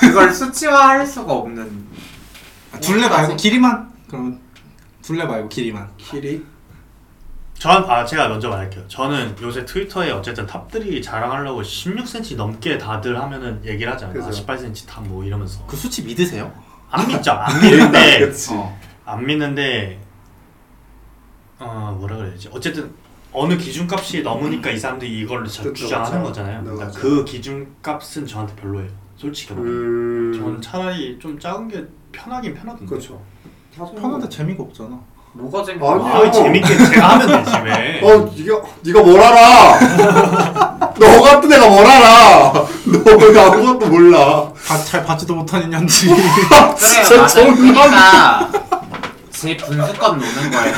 그걸 수치화할 수가 없는
아, 둘레 말고
사이즈.
길이만. 그러면 둘레 말고 길이만.
길이
전아 제가 먼저 말할게요. 저는 요새 트위터에 어쨌든 탑들이 자랑하려고 16cm 넘게 다들 하면은 얘기를 하잖아요.
그죠.
18cm 탑 뭐 이러면서
그 수치 믿으세요?
안 믿죠. 안 믿는데
네. 그치
어.
안 믿는데 어 뭐라 그래야 되지 어쨌든 어느 기준값이 넘으니까 이 사람들이 이걸 자-
그쵸,
주장하는
그쵸.
거잖아요
네,
그러니까
맞아요.
그 기준값은 저한테 별로예요 솔직히 말하면 저는
음
차라리 좀 작은 게 편하긴 편하던데
그쵸
편한데 재미가 없잖아.
뭐가
아니요.
재밌어?
아 재밌게 제가 하면 되지 왜
어 니가 니가 뭘 알아 너 같은 애가 뭘 알아 너 아무것도 몰라
다, 잘 받지도 못한 인연지.
진짜 정말
그러니까 제 분수껏 노는 거예요.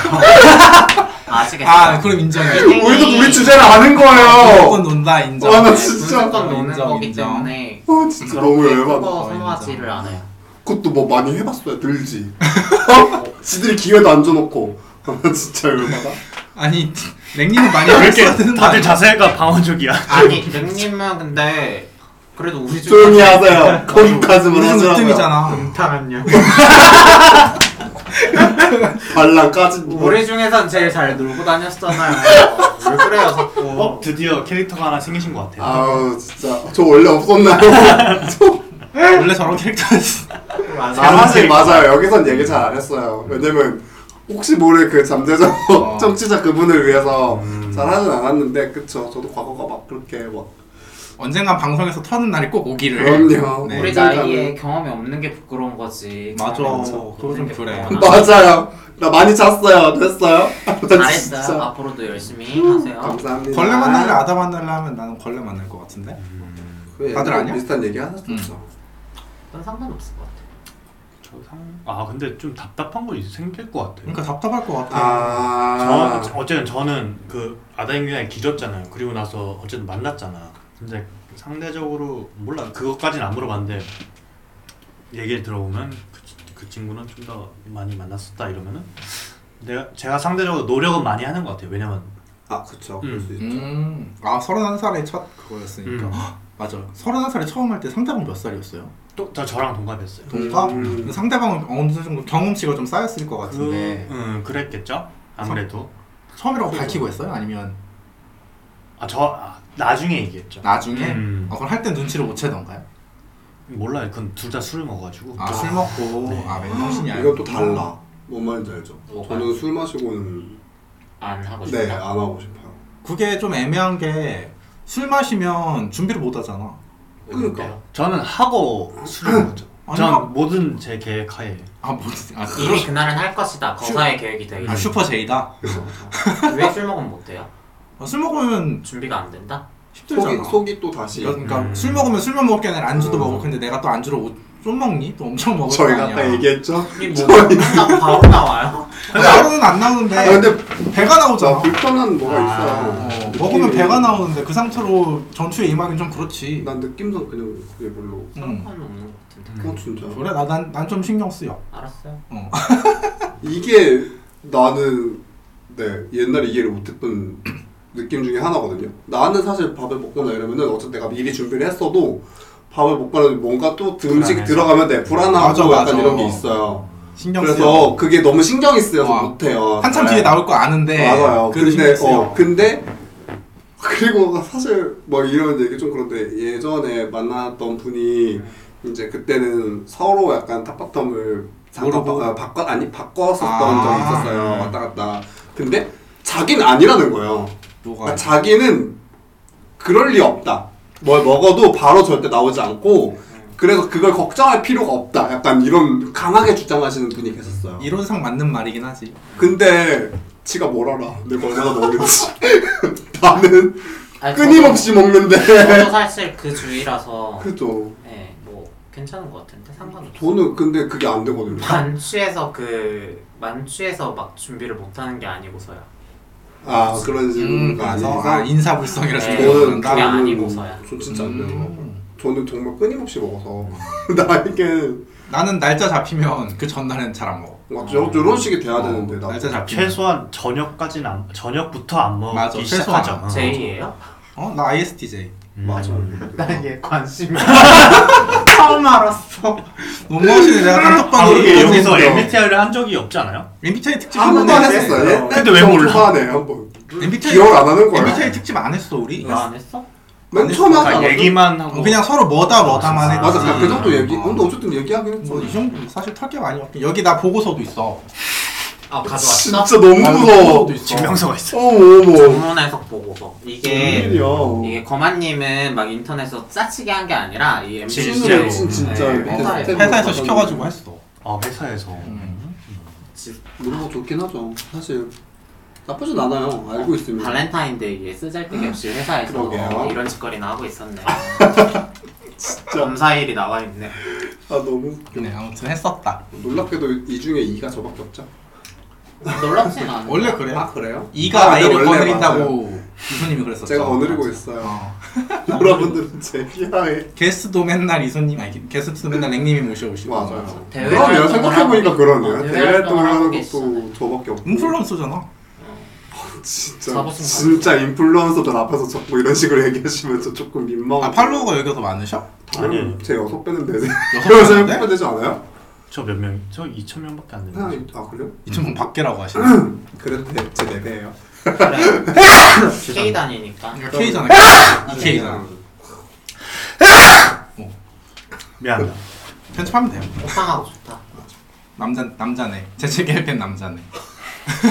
아시겠죠?
아 그럼 인정해.
우리도 우리 주제를 아는 거예요
무조건 논다 인정.
아, 나
제
진짜
분수껏 노는
인정,
거기
인정.
때문에
아 진짜 너무
그렇게
열받아
크고 선호하지를 않아요.
그것도 뭐 많이 해봤어요 들지 어? 지들이 기회도 안 줘놓고 아 진짜 열받아
아니 랭리는 많이
왜
알았어야
이렇게
되는 거
다들
아니야?
자세가 방어적이야
아니 능님은 근데 그래도 우리 중
조용히 하세요 거기까지만
우리는
하시라고요
으뜸이잖아.
음탕한요.
발랑 까진 거.
우리 중에선 제일 잘 놀고 다녔잖아요. 왜 그래요 자꾸?
어 드디어 캐릭터가 하나 생기신 것 같아요
아우 진짜 저 원래 없었나요? 저-
원래 저런 캐릭터였어.
아 사실 맞아요 여기선 얘기 잘 안 했어요 왜냐면 혹시 모를 그 잠재적
어.
청취자 그분을 위해서
음.
잘 하진 않았는데 그쵸 저도 과거가 막 그렇게 막
언젠간 방송에서 터는 날이 꼭 오기를.
그럼요.
네.
우리
언젠가는.
나이에 경험이 없는 게 부끄러운 거지.
맞아.
경험이 없어서
그거 좀
그런 게
그래.
부끄러워나.
맞아요 나 많이 잤어요 됐어요? 아, 나
잘했어요. 아.
진짜. 음.
앞으로도 열심히 하세요.
감사합니다
걸레 만날래 아다 만날래 하면 나는 걸레 만날 것 같은데.
그
다들 아니야?
비슷한 얘기 하셨죠
난 상관없을 것 같아.
아 근데 좀 답답한 거 생길 것 같아요
그러니까 답답할 것 같아.
아,
저 어쨌든 저는 그 아다임이랑 길었잖아요. 그리고 나서 어쨌든 만났잖아. 근데 상대적으로 몰라 그것까지는 안 물어봤는데 얘기를 들어보면 그, 치- 그 친구는 좀 더 많이 만났었다 이러면은 내가 제가 상대적으로 노력은 많이 하는 것 같아요. 왜냐면
아 그쵸 그럴
음.
수 있죠
음. 아 서른한 살의 첫 그거였으니까.
음.
헉, 맞아. 서른한 살에 처음 할 때 상대방 몇 살이었어요?
또 저, 저랑 동갑이었어요.
동갑.
음.
상대방은 어느 정도 경험치가 좀 쌓였을 것 같은데
그, 음, 그랬겠죠. 아무래도
처음이라고
그죠.
밝히고 했어요? 아니면
아저 아, 나중에 얘기했죠.
나중에?
음.
아, 그럼 할 땐 눈치를 못 채던가요?
몰라요. 그건 둘 다 술을 먹어가지고
아 술 먹고 아 맨정신이 아니고
이것도 달라 뭔 말인지 알죠?
뭐가?
저는 술 마시고는
안 하고 싶다.
네 안 하고 싶어요
그게 좀 애매한 게 술 마시면 준비를 못 하잖아.
그러니까
저는 하고 술을 먹었죠.
아니, 하-
전 모든 제 계획 하에
아 뭐지? 아, 그거-
이미 그날은 할 것이다. 거사의 계획이 되기.
아 슈퍼 제이다.
왜술 먹으면 못 돼요?
아, 술 먹으면
준비가 안 된다?
힘들잖아.
그러니까. 속이, 속이 또 다시
그러니까
음.
술 먹으면 술만 먹을 게 아니라 안주도
음.
먹고 근데 내가 또 안주로 옷- 좀 먹니? 또 엄청 먹을 거
저희가
아니야.
아까 얘기했죠?
이 뭐가 끝나고 바로 나와요?
근데 하루는 안
아
나오는데
근데
배가 나오잖아.
나 불편한 뭐가
어,
있어요
먹으면
느낌이-
배가 나오는데 그 상태로 전투에 임하긴 좀 그렇지.
난 느낌상 그냥 그게 별로
응.
상관은 없는 것
음.
같은데.
어 진짜
그래 나난난 좀 신경 쓰여.
알았어요.
이게 나는 네 옛날에 이해를 못했던 느낌 중에 하나거든요. 나는 사실 밥을 먹거나 이러면은 어차피 내가 미리 준비를 했어도 밥을 먹거나 뭔가 또그 음식이
불안해서.
들어가면 내 불안하고
맞아,
약간
맞아.
이런 게 있어요.
신경
그래서
쓰여.
그게 너무 신경이 쓰여서
어.
못해요.
한참
네.
뒤에 나올 거 아는데
맞아요.
그래도
근데
신경 쓰여.
어 근데 그리고 사실 뭐 이런 얘기 좀 그런데 예전에 만났던 분이 이제 그때는 서로 약간 탑바텀을 잠깐
모르고.
바, 아, 바꿔 아니 바꿨었던
아.
적이 있었어요 왔다 갔다 근데 자기는 아니라는 거예요
뭐가
그러니까 자기는 그럴 리 없다 뭘 먹어도 바로 절대 나오지 않고 그래서 그걸 걱정할 필요가 없다 약간 이런 강하게 주장하시는 분이 계셨어요
이론상 맞는 말이긴 하지.
근데 지가 뭘 알아 내가 얼마나 먹는지 나는
아니,
끊임없이
저도,
먹는데
저도 사실 그 주의라서
그죠
네, 뭐 괜찮은 것 같은데 상관없어.
저는 근데 그게 안 되거든요
아, 만취해서 그 만취해서 막 준비를 못하는 게 아니고서야.
아 그런
음,
식으로
그래서 아, 인사불성이라
네.
생각을
저는
그게
한다.
아니고서야.
저 진짜 안 돼요
음.
저는 정말 끊임없이 먹어서 나에게
나는 날짜 잡히면 그 전날엔 잘 안 먹어.
막 저, 저런 식이 돼야
어,
되는데 나
날짜 잡히면.
최소한 저녁까지는 안, 저녁부터 안 먹기
맞아, 최소한.
시작하죠.
제이예요?
어? 나 ISTJ.
음.
맞아
나얘 관심이 처음 알았어.
못 먹으시는 내가
아,
단톡방으로
우리 여기서
그래요.
MBTI를 한 적이 없지 않아요?
MBTI 특집
한
한번 음.
번
했는데.
했었어요 옛날
근데 왜 몰라?
초반에 한번
MBTI
기억을 안 하는 거야 아.
MBTI 특집 안 했어 우리.
나 안 했어?
맨 처음 하지
그러니까
않았어?
얘기만 하고
어, 그냥 서로 뭐다 뭐다만 했지.
맞아 그 정도 얘기
어.
근데 어쨌든 얘기하긴 했어
뭐이 정도 사실 털게 많이 없긴. 여기 나 보고서도 있어.
아 가져왔어.
진짜 너무
아,
무서워
보고서도 있어.
증명서가 있어.
어머
정문 해석 뭐. 보고서 이게
웬일이야 뭐.
이게 거만님은 막 인터넷에서 짜치기 한 게 아니라 이 MBC
진짜로.
진- 진짜
네,
밑에서
회사에서.
회사에서 시켜가지고 했어.
아 회사에서
음.
너무 좋긴 하죠 사실 나쁘진 않아요 알고 있으면
네. 발렌타인데이에 쓰잘데기 없이 회사에서
그러게요.
이런 짓거리나 하고 있었네.
진짜
검사일이 나와 있네.
아 너무 웃겨.
네 아무튼 했었다.
놀랍게도 이 중에 이가 저밖에 없죠
놀랍진 않아.
원래 그래.
아 그래요?
이가
아,
아,
근데
이를
원래
거느린다고 이소님이 그랬었죠.
제가 거느리고
맞아.
있어요.
어.
여러분들은 제 희하에
게스트도 맨날 이소님 아니 게스트도 맨날 냉님이 모셔오시고.
맞아요
대회
뭐 그러네요
활동을
생각해보니까
하고- 어,
그러네요
대회
대회 활동을
활동을 하고 음.
하는 것도
계시잖아요.
저밖에 없고
인플루언서잖아.
진짜
자부심
진짜 인플루언서들 앞에서 자꾸 이런 식으로 얘기하시면 저 조금 민망. 음,
아 팔로워가 여기서 많으셔?
아니에요.
제 여섯 배는 되네.
여섯
여섯
배인데?
배 되지 않아요?
저 몇 명? 저 2천 명밖에 안
하나,
되는데.
이- 아 그래요?
이천분 밖에라고 하시네.
그래도 대- 제 네배예요.
그래. K 단이니까.
그러니까 K잖아. 이 K잖아.
음.
미안하다.
편집하면 돼요.
호탕하고 좋다.
남자 남자네. 재채기할땐 남자네.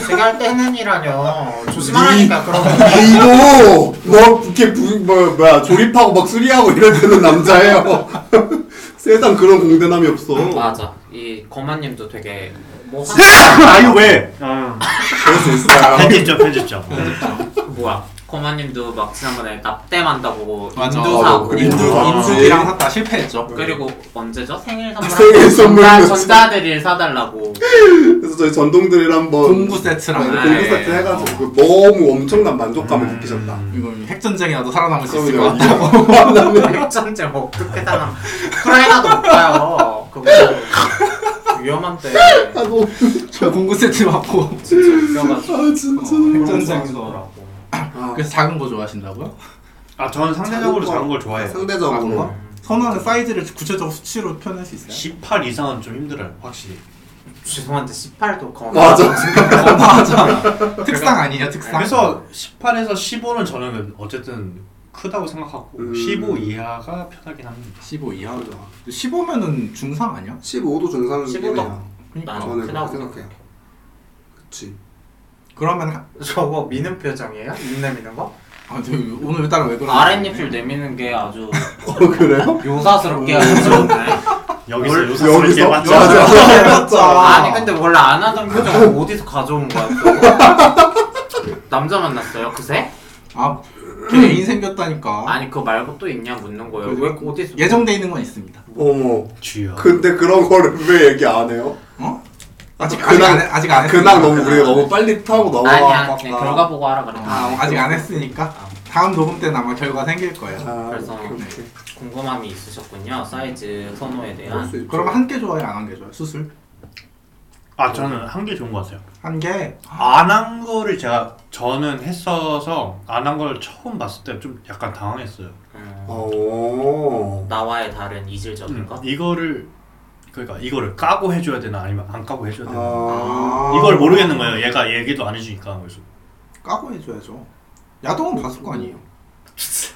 제가 할 때는이라뇨. 조심하라니까 그런 거.
이거 뭐 이렇게 부, 뭐 뭐야 조립하고 막 수리하고 이럴 때는 남자예요. 세상 그런 공대남이 없어.
맞아. 이 거만님도 되게 뭐
아유 왜?
그럴 수 있어요.
편집죠 편집죠.
뭐야? 거만님도 막 지난번에 납땜한다고
맞아.
인도 사고
그래.
인두
아,
인두기랑 샀다 실패했죠.
네.
그리고 언제죠? 생일 선물
생일 선물로
전자들일 사달라고
그래서 저희 전동들을 한번
공구 세트랑
네,
아,
공구
예.
세트 해가지고 그 너무 엄청난 만족감을 느끼셨다.
음.
이거 핵전쟁이라도 살아남을 수 있을 것
그럼요.
같아.
백전제 뭐 어떻게 당함 우크라이나도 못 가요 그거 위험한데
아 너무
저 공구 세트 맞고
진짜 웃겨가지고
아 진짜.
핵전쟁에서.
라고
아,
그래서 작은 거 좋아하신다고요?
아 저는 상대적으로 작은 걸 좋아해요.
작은
상대적으로.
거? 네. 선호하는 사이즈를 구체적 수치로 표현할 수 있어요?
18 이상은 좀 힘들어요 확실히.
죄송한데 18도 검
맞아.
맞아. 특상 아니에요, 특상.
그래서 18에서 15는 저는 어쨌든 크다고 생각하고
음.
15 이하가 편하긴 합니다.
15 이하. 15면은 중상 아니야?
15도 정상이긴
15도.
해요.
나는
저는
아, 크다고
그렇게 생각해요. 그치.
그러면 하-
저거 미는 표정이에요? 입 내미는 거?
아, 저 오늘 따라 왜 그러는
아랫입술 내미는 게 아주
어 그래요?
요사스럽게 아주 좋네
여기서
뭘-
요새
여기서
이렇게 맞죠?
맞아.
아니 그러니까 근데 원래 안 하던 그 표정 어디서 가져온 거야 또 남자 만났어요 그새?
아, 개인 생겼다니까.
아니 그거 말고 또 있냐 묻는 거예요 왜그 어디서
예정돼 있는 건 있습니다.
어머.
쥐요.
근데 그런 거를 왜 얘기 안 해요?
어? 아직
아, 근황-
아직 안 해- 아직 안 네. 했.
근황 너무 우리가 너무 빨리 타고 넘어가.
아니야 그냥 결과 보고 하라 그래
아, 아직 안 했으니까 다음 녹음 때는 아마 결과 생길 거예요.
아,
그래서-
오케이, 오케이.
궁금함이 있으셨군요 사이즈 선호에
그럴
대한
수 있죠.
그럼 한 개 좋아요, 안 한 개 좋아요? 수술
아 저는 한 게 좋은 것 같아요.
한 개.
안 한 거를 제가 저는 했어서 안 한 걸 처음 봤을 때 좀 약간 당황했어요.
음,
아, 어.
나와의 다른 이질적인
음,
것
이거를 그러니까 이거를 까고 해줘야 되나 아니면 안 까고 해줘야 되나
아.
이걸 모르겠는 거예요. 얘가 얘기도 안 해주니까 그래서
까고 해줘야죠. 야동은 봤을 거 아니에요?
뭐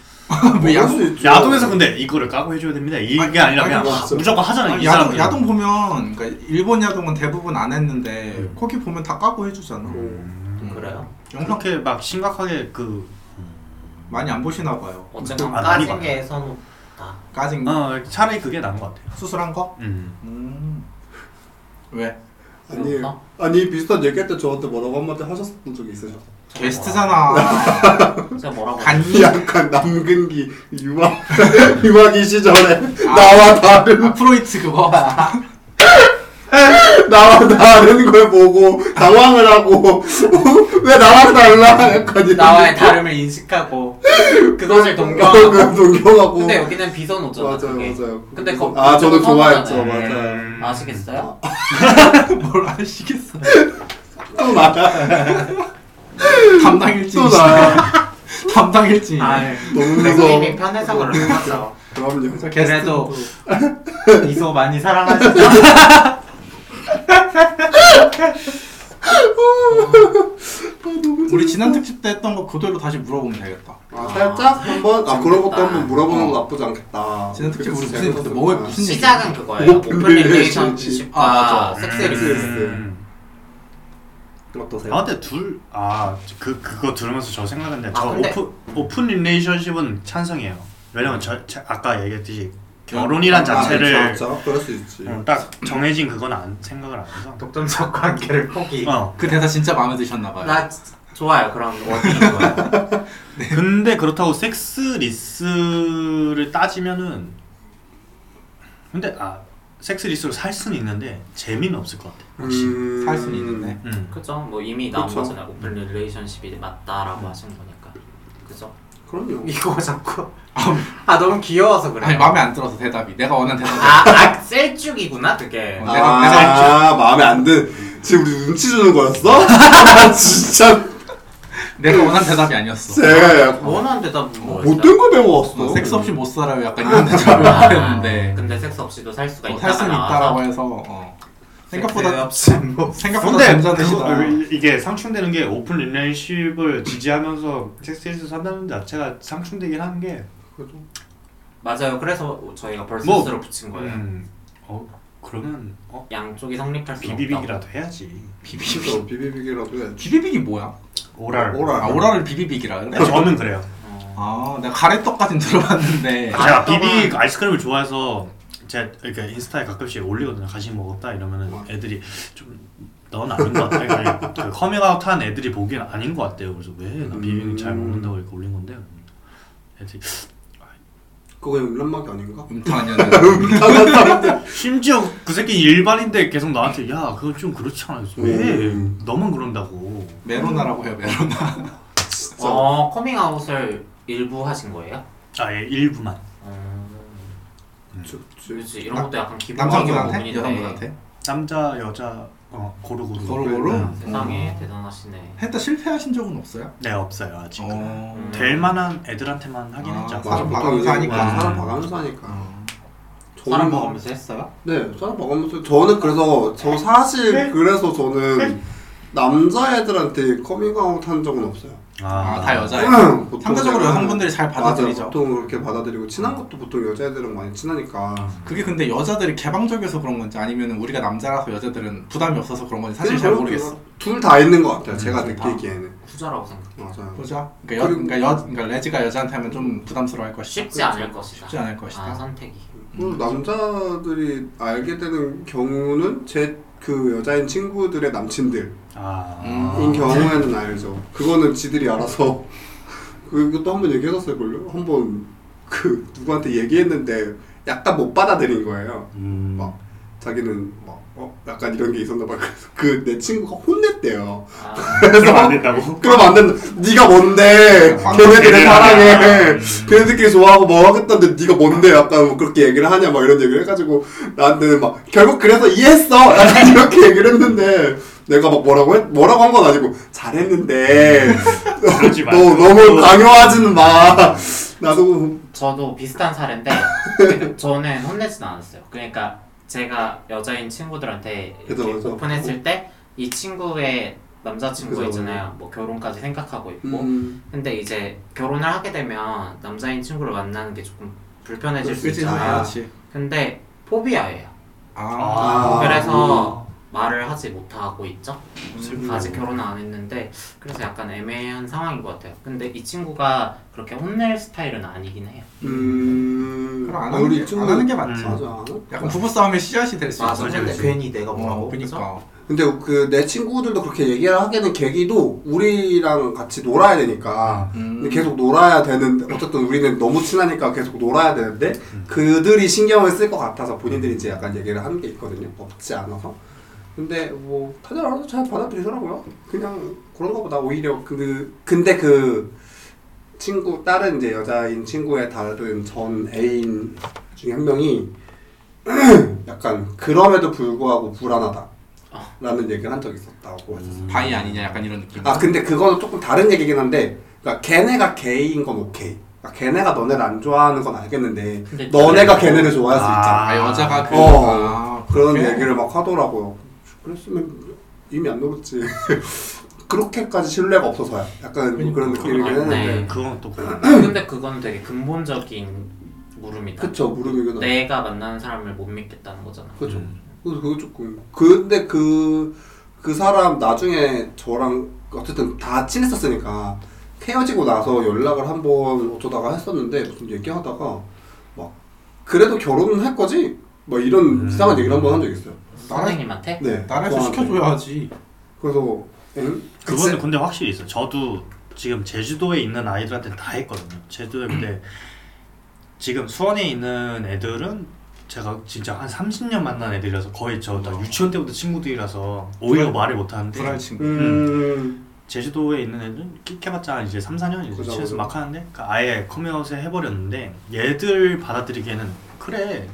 왜 야동?
할수 있죠.
야동에서 근데 이거를 까고 해줘야 됩니다. 이게
아니,
아니라
아니,
그냥
맞죠.
무조건 하잖아. 이
아니, 야동
사람들은.
야동 보면 그러니까 일본 야동은 대부분 안 했는데
음.
거기 보면 다 까고 해주잖아.
음.
음.
그래요?
영상
그렇게 막 심각하게 그
많이 안 보시나 봐요.
어쨌든
아, 많이
까진
봤다.
게 선호다.
까진 거?
어, 차라리 그게 나은 것 같아요.
수술한 거?
음.
음. 왜?
아니
그런가?
아니 비슷한 얘기할 때 저한테 뭐라고 한마디 하셨던 적이 있으셨.
게스트잖아.
제가 뭐라고?
간이
약간 남근기 유학 유학이 시절에
아.
나와 다른
프로이트 그거.
나와 다른 걸 보고 당황을 하고 왜 나랑 달라 약간 이런
나와의 다름을 인식하고 그것을
어,
동경하고.
그 동경하고
아, 근데 여기는 비선 오잖아.
맞아요
그게.
맞아요
근데 거-
아 저도
그쪽은
좋아했죠
선호잖아요. 음.
맞아요
아시겠어요?
뭘 아시겠어.
또 나야
담당 일진.
또 나야
담당 일진.
아유,
너무
선생님이
무서워
편해서 그런 거죠.
그럼요
그래서
그래도
게스트도-
이소 많이 사랑하시죠?
우리 지난 특집 때 했던 거 그대로 다시 물어보면 되겠다.
아 살짝 한번 아 그런 것도
재밌다.
한번 물어보는 거
어.
나쁘지 않겠다
지난 특집 우리
그래서
무슨
재밌었구나.
뭐 무슨 얘기?
시작은 그거예요.
오픈
오픈
릴레이션십.
릴레이션십과
아, 맞아.
섹스 리스.
음.
어떠세요?
아 근데 둘아그 그거 들으면서 저 생각했는데 저
아, 근데-
오픈 오픈 릴레이션십은 찬성이에요. 왜냐면 저, 자- 아까 얘기했듯이 결혼이란 자체를
아, 그렇죠, 그럴 수 있지
어, 딱 정해진 그건 안 생각을 안 해서.
독점적 관계를 포기.
어.
그 대사 진짜 마음에 드셨나 봐요.
나 지- 좋아요. 음. 그런 워딩이 좋아요.
네.
근데 그렇다고 섹스 리스를 따지면은 근데 아 섹스 리스로 살 수는 있는데 재미는 없을 것 같아.
혹시
음.
살 수는 있는데.
음.
그죠? 뭐 이미 나온
그쵸.
거잖아요. 오픈 릴레이션십이 맞다라고 하신 거니까. 그죠?
그럼요
이거 자꾸 아 너무 귀여워서 그래.
아니 마음에 안 들어서 대답이. 내가 원한 대답.
아, 아 셀쭉이구나 그게. 아,
어. 내가- 내가
아, 마음에 안 든. 지금 우리 눈치 주는 거였어? 아, 진짜.
내가 원한 대답이 아니었어.
제가 약간
원하는 대답 뭐
못된 거
어,
배워왔어.
섹스 없이 못 살아요. 약간 이런 대답을 했는데
근데 섹스 그러니까 없이도 살 수가
어,
있다가
살 수는
나와서
있다라고 해서 어.
섹스
생각보다
없이 뭐
생각보다
근데
괜찮으시다.
그거, 이게 상충되는 게 오픈 릴레이십을 지지하면서 섹스 리스 산다는 자체가 상충되긴 한 게.
맞아요. 그래서 저희가 벌써
뭐.
스스로 붙인 거예요.
음. 어 그러면 어
양쪽이 성립할 수 없다.
비비빅이라도 해야지.
비비빅.
비비빅이라고 해야지.
비비빅이 뭐야?
오랄.
오랄.
아 오라를 비비빅이라 그래?
근데 저는 그래요.
어.
아 내가 가래떡까진 들어봤는데
아, 제가
아랫동안-
비비 아이스크림을 좋아해서 제가 이렇게 인스타에 가끔씩 올리거든요. 간식 먹었다 이러면은 애들이 좀 넌 아닌 것 같아. 그 커밍아웃한 애들이 보기엔 아닌 것 같대요. 그래서 왜나 비비
음.
잘 먹는다고 이렇게 올린 건데 애들이
그거 음란막이 아닌가?
음탕이었는데
심지어 그 새끼 일반인데 계속 나한테 야 그건 좀 그렇지 않아? 그래서 왜
음.
너만 그런다고?
메로나라고 해요 메로나
진짜.
어 커밍아웃을 일부 하신 거예요?
아예 일부만.
음.
주- 주-
그렇지 이런 것도 약간 기분
남성분한테? 여성분한테?
남자 여자 어 고루고루.
고루고루?
네.
세상에
음.
대단하시네.
했다 실패하신 적은 없어요?
네 없어요 아직.
어...
될 만한 애들한테만 하긴
아,
했죠.
사람
맞아.
봐가면서 하니까.
음.
사람 봐가면서 하니까.
사람
저는-
네. 먹으면서 했어요?
네, 사람 봐가면서. 저는 그래서, 저
네.
사실, 그래서 저는 남자애들한테 커밍아웃 한 적은 없어요.
아다 여자예요?
보통
상대적으로
제가-
여성분들이 잘 받아들이죠. 음.
맞아요, 보통 그렇게 받아들이고, 친한 것도 보통 여자애들은 많이 친하니까.
그게 근데 여자들이 개방적이어서 그런 건지 아니면 우리가 남자라서 여자들은 부담이 없어서 그런 건지 사실 잘 모르겠어. 음,
둘 다 있는 것 같아요. 제가
둘 다.
느끼기에는.
후자라고 생각.
맞아요.
보자. 그러니까, 여,
그리고-
그러니까, 여, 그러니까 레즈가 여자한테 하면 좀 부담스러워할 것이다.
쉽지 않을 것이다.
그렇죠. 쉽지 않을 것이다.
아 선택이.
음.
그리고 남자들이 음, 알게 되는 경우는 제 그 여자인 친구들의 남친들인
아.
음.
경우에는 알죠. 그거는 지들이 알아서 그것도 한번 얘기했었을 걸요. 한번 그 누구한테 얘기했는데 약간 못 받아들인 거예요.
음.
막 자기는 막 어? 약간 이런 게 있었나 봐. 그래서 그 내 친구가 혼냈대요.
아,
그럼 안
그래서
된다고?
그럼 안 된다. 네가 뭔데?
아,
걔네들이
걔네들 아니야.
사랑해.
음.
걔네들끼리 좋아하고 뭐 하겠다는데 네가 뭔데? 약간 뭐 그렇게 얘기를 하냐? 막 이런 얘기를 해가지고 나한테는 막 결국 그래서 이해했어. 약간 이렇게 얘기를 했는데 내가 막 뭐라고 했, 뭐라고 한 건 아니고 잘했는데
그러지 음. 어.
너
마.
너무 강요하지는 마. 나도 뭐,
저도 비슷한 사례인데 저는 혼내진 않았어요. 그러니까 제가 여자인 친구들한테 이렇게
그죠, 그죠.
오픈했을 때 이 친구의 남자친구
그죠,
있잖아요. 뭐 결혼까지 생각하고 있고
음,
근데 이제 결혼을 하게 되면 남자인 친구를 만나는 게 조금 불편해질 수
그치,
있잖아요.
그치.
근데 포비아예요.
아,
아.
그래서 말을 하지 못하고 있죠.
음.
아직 결혼은 안 했는데 그래서 약간 애매한 상황인 것 같아요. 근데 이 친구가 그렇게 혼낼 스타일은 아니긴 해요.
음,
그럼 안
아,
하는,
우리
게,
친구-
안 하는 게 맞지.
음.
맞아. 안 하는 거야.
약간 부부 싸움의 씨앗이 될 수 있어.
맞아,
근데
그치.
괜히 내가 뭐라고
어, 그니까.
근데 그 내 친구들도 그렇게 얘기를 하게 된 계기도 우리랑 같이 놀아야 되니까
음.
근데 계속 놀아야 되는데 어쨌든 우리는 너무 친하니까 계속 놀아야 되는데 그들이 신경을 쓸 것 같아서 본인들이 이제 약간 얘기를 하는 게 있거든요 없지 않아서 근데 뭐 다들 알아서 잘 받아들이더라고요 그냥 그런가 보다 오히려 그 근데 그 친구 다른 이제 여자인 친구의 다른 전 애인 중에 한 명이 약간 그럼에도 불구하고 불안하다 라는 얘기를 한 적이 있었다고 했었어요
음.
바이 아니냐 약간 이런 느낌.
아 근데 그거는 조금 다른 얘기긴 한데 그러니까 걔네가 게이인 건 오케이 그러니까 걔네가 너네를 안 좋아하는 건 알겠는데
근데
너네가 걔네를 좋아할 수
아.
있잖아
아, 여자가 그
어.
아,
그런
그렇게?
얘기를 막 하더라고요 그랬으면 이미 안 놀았지 그렇게까지 신뢰가 없어서야 약간
그러니까.
그런 느낌이긴
그건 맞네.
했는데
네, 그건 또 그래.
근데 그건 되게 근본적인 물음이다.
그쵸 무릎이긴 하다
내가 만나는 사람을 못 믿겠다는 거잖아.
그쵸
음.
그래서 그거 조금 근데 그, 그 사람 나중에 저랑 어쨌든 다 친했었으니까 헤어지고 나서 연락을 한 번 어쩌다가 했었는데 무슨 얘기하다가 막 그래도 결혼은 할 거지? 막 이런
음.
이상한 얘기를 한 번 한 적이 있어요
선생님한테?
네
나라에서
저한테.
시켜줘야지.
그래서 응?
그건 근데 확실히 있어. 저도 지금 제주도에 있는 아이들한테 다 했거든요. 제주도에
음.
근데 지금 수원에 있는 애들은 제가 진짜 한 30년 만난 애들이라서 거의 저
음.
다 유치원 때부터 친구들이라서 오히려 말을 못 하는데
불알 친구.
음...
제주도에 있는 애들은 끼켜봤자 이제 3, 4년 이제
그죠,
취해서
그죠.
막 하는데 그러니까 아예 컴웨어웃을 해버렸는데 얘들 받아들이기에는 그래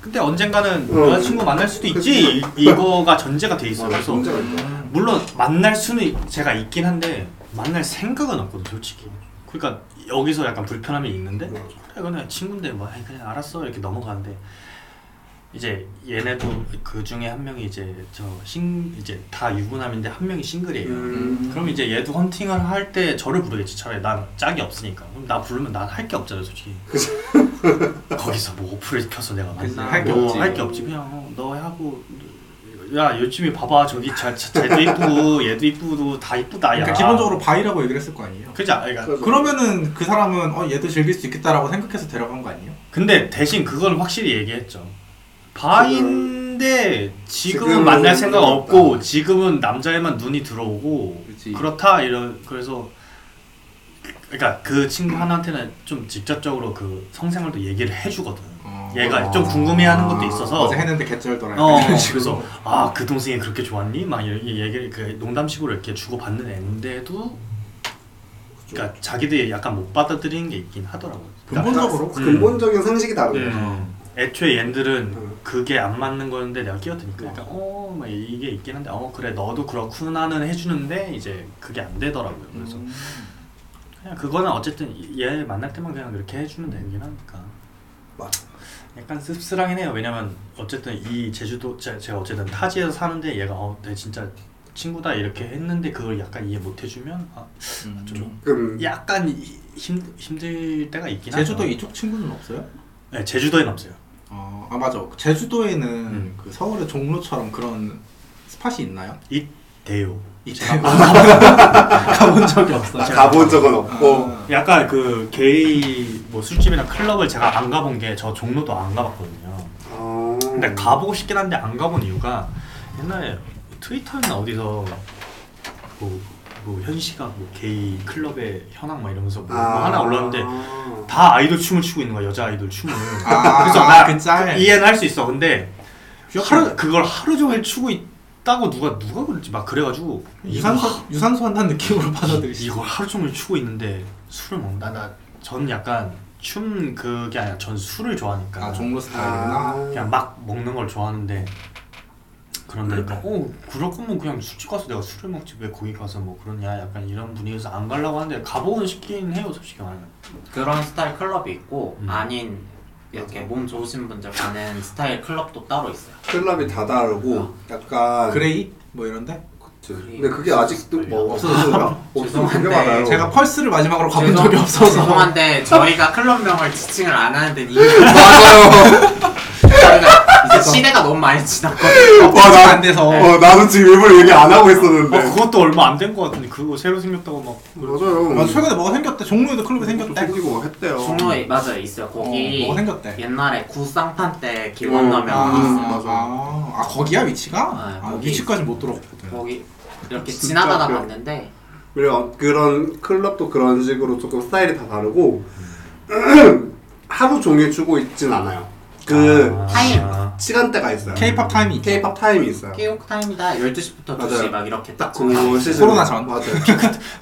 근데 언젠가는
어.
여자친구 만날 수도 있지
그치.
이, 이거가 전제가 돼 있어요 그래서
문제가 있다
음.
물론 만날 수는 있- 제가 있긴 한데 만날 생각은 없거든 솔직히 그러니까 여기서 약간 불편함이 있는데
맞아.
그래 그냥 친구인데 뭐 에이, 그냥 알았어 이렇게 넘어가는데 이제 얘네도 그 중에 한 명이 이제 저 싱 이제 다 유부남인데 한 명이 싱글이에요
음...
그럼 이제 얘도 헌팅을 할 때 저를 부르겠지 차라리 난 짝이 없으니까 그럼 나 부르면 난 할 게 없잖아 솔직히 거기서 뭐 어플을 켜서 내가
그치,
만나 뭐
할게 없지.
할게 없지 그냥 어, 너 하고 야 요즘에 봐봐 저기 자, 자, 쟤도 이쁘고 얘도 이쁘고 다 이쁘다 야
그러니까 기본적으로 바이라고 얘기를 했을 거 아니에요.
그지 그러니까
그래서-
그러면은 그 사람은 어 얘도 즐길 수 있겠다라고 생각해서 데려간 거 아니에요?
근데 대신 그건 확실히 얘기했죠 바인데 지금은
지금은
만날 생각
없다.
없고 지금은 남자애만 눈이 들어오고
그렇지.
그렇다 이런 그래서 그러니까 그 친구 하나한테는 좀 직접적으로 그 성생활도 얘기를 해주거든.
어.
얘가 좀 궁금해하는 것도 있어서.
어제 했는데 개쩔더라.
어
이런 식으로.
그래서 아 그 동생이 그렇게 좋았니? 막 이렇게 얘기를 그 농담식으로 이렇게 주고 받는 애인데도 그러니까 자기들이 약간 못 받아들이는 게 있긴 하더라고. 그러니까
근본적으로
음. 근본적인 상식이 다르네
음, 애초에 얘들은
음.
그게 안 맞는 거였는데 내가 끼어드니까 그러니까 어막 이게 있긴 한데 어 그래 너도 그렇구나는 해주는데 이제 그게 안 되더라고요. 그래서 그냥 그거는 어쨌든 얘 만날 때만 그냥 그렇게 해주면 되긴 하니까
맞아.
약간 씁쓸하긴 해요 왜냐면 어쨌든 이 제주도 제, 제가 어쨌든 타지에서 사는데 얘가 어내 진짜 친구다 이렇게 했는데 그걸 약간 이해 못 해주면 아,
음.
좀
조금
약간 이- 힘, 힘들 때가 있긴
제주도
하죠.
이쪽 친구는 없어요?
네, 제주도엔 없어요
어, 아 맞아. 제주도에는
음.
그 서울의 종로처럼 그런 스팟이 있나요?
대요
제가 가본 적이 없어요.
아, 가본 적은 없고
아,
약간 그 게이 뭐 술집이나 클럽을 제가 안 가본 게 저 종로도 안 가봤거든요
아...
근데 가보고 싶긴 한데 안 가본 이유가 옛날에 트위터였나 어디서 뭐, 뭐 현시가 뭐 게이 클럽의 현황 막 이러면서 뭐, 뭐 하나 올랐는데
아...
다 아이돌 춤을 추고 있는 거야 여자 아이돌 춤을
아,
그래서
아,
나
그 짤.
이해는 할 수 있어 근데
귀엽다.
하루, 그걸 하루 종일 추고 있다고 누가 누가 그랬지 막 그래가지고
유산소 유산소 한다는 느낌으로 받아들이시.
이걸 하루 종일 추고 있는데 술을 먹는다 나, 전 약간 춤 그게 아니라 전 술을 좋아하니까
아 종로 스타일이구나.
그냥 막 먹는 걸 좋아하는데
그러니까.
그런데니까 어 그럴 거면 그냥 술집 가서 내가 술을 먹지 왜 거기 가서 뭐 그러냐 약간 이런 분위기에서 안 가려고 하는데 가보고는 싶긴 해요 솔직히 말하면
그런 스타일 클럽이 있고
음.
아닌 이렇게 몸 좋으신 분들 가는 스타일 클럽도 따로 있어요.
클럽이 다 다르고 약간
그레이? 뭐 이런데
그치. 근데 그게 아직도 뭐 없어졌어요?
죄송한데
제가 펄스를 마지막으로 가본
죄송-
적이 없어서
죄송한데 저희가 클럽명을 지칭을 안 하는데 이미
맞아요.
저희가 이제 시대가 너무 많이 지났거든요.
와,
나-
안 돼서
어, 나도 지금 일부러 얘기 안 하고 있었는데.
어, 그것도 얼마 안 된 것 같은데 그거 새로 생겼다고 막
맞아요.
아, 최근에 뭐가 생겼대 종로에도 클럽이
좀
생겼대
생기고 했대요.
종로에 맞아요 있어요
어,
거기
뭐가 생겼대
옛날에 구쌍판 때
음,
기원라면
음,
있어요.
맞아.
아, 아 거기야 위치가?
네,
아,
거기.
위치까지 못 들어갔거든
거기 이렇게
진짜
지나가다
그-
봤는데
그리고 그런 클럽도 그런 식으로 조금 스타일이 다 다르고 하루 종일 추고 있진 않아요. 그
아.
타임.
시간대가 있어요.
K-pop 타임이 있죠.
K-pop 타임이 있어요.
깨우고 타임이다 12시부터 2시
맞아요.
막 이렇게 딱
딱그 시즌
코로나 전.
맞아요.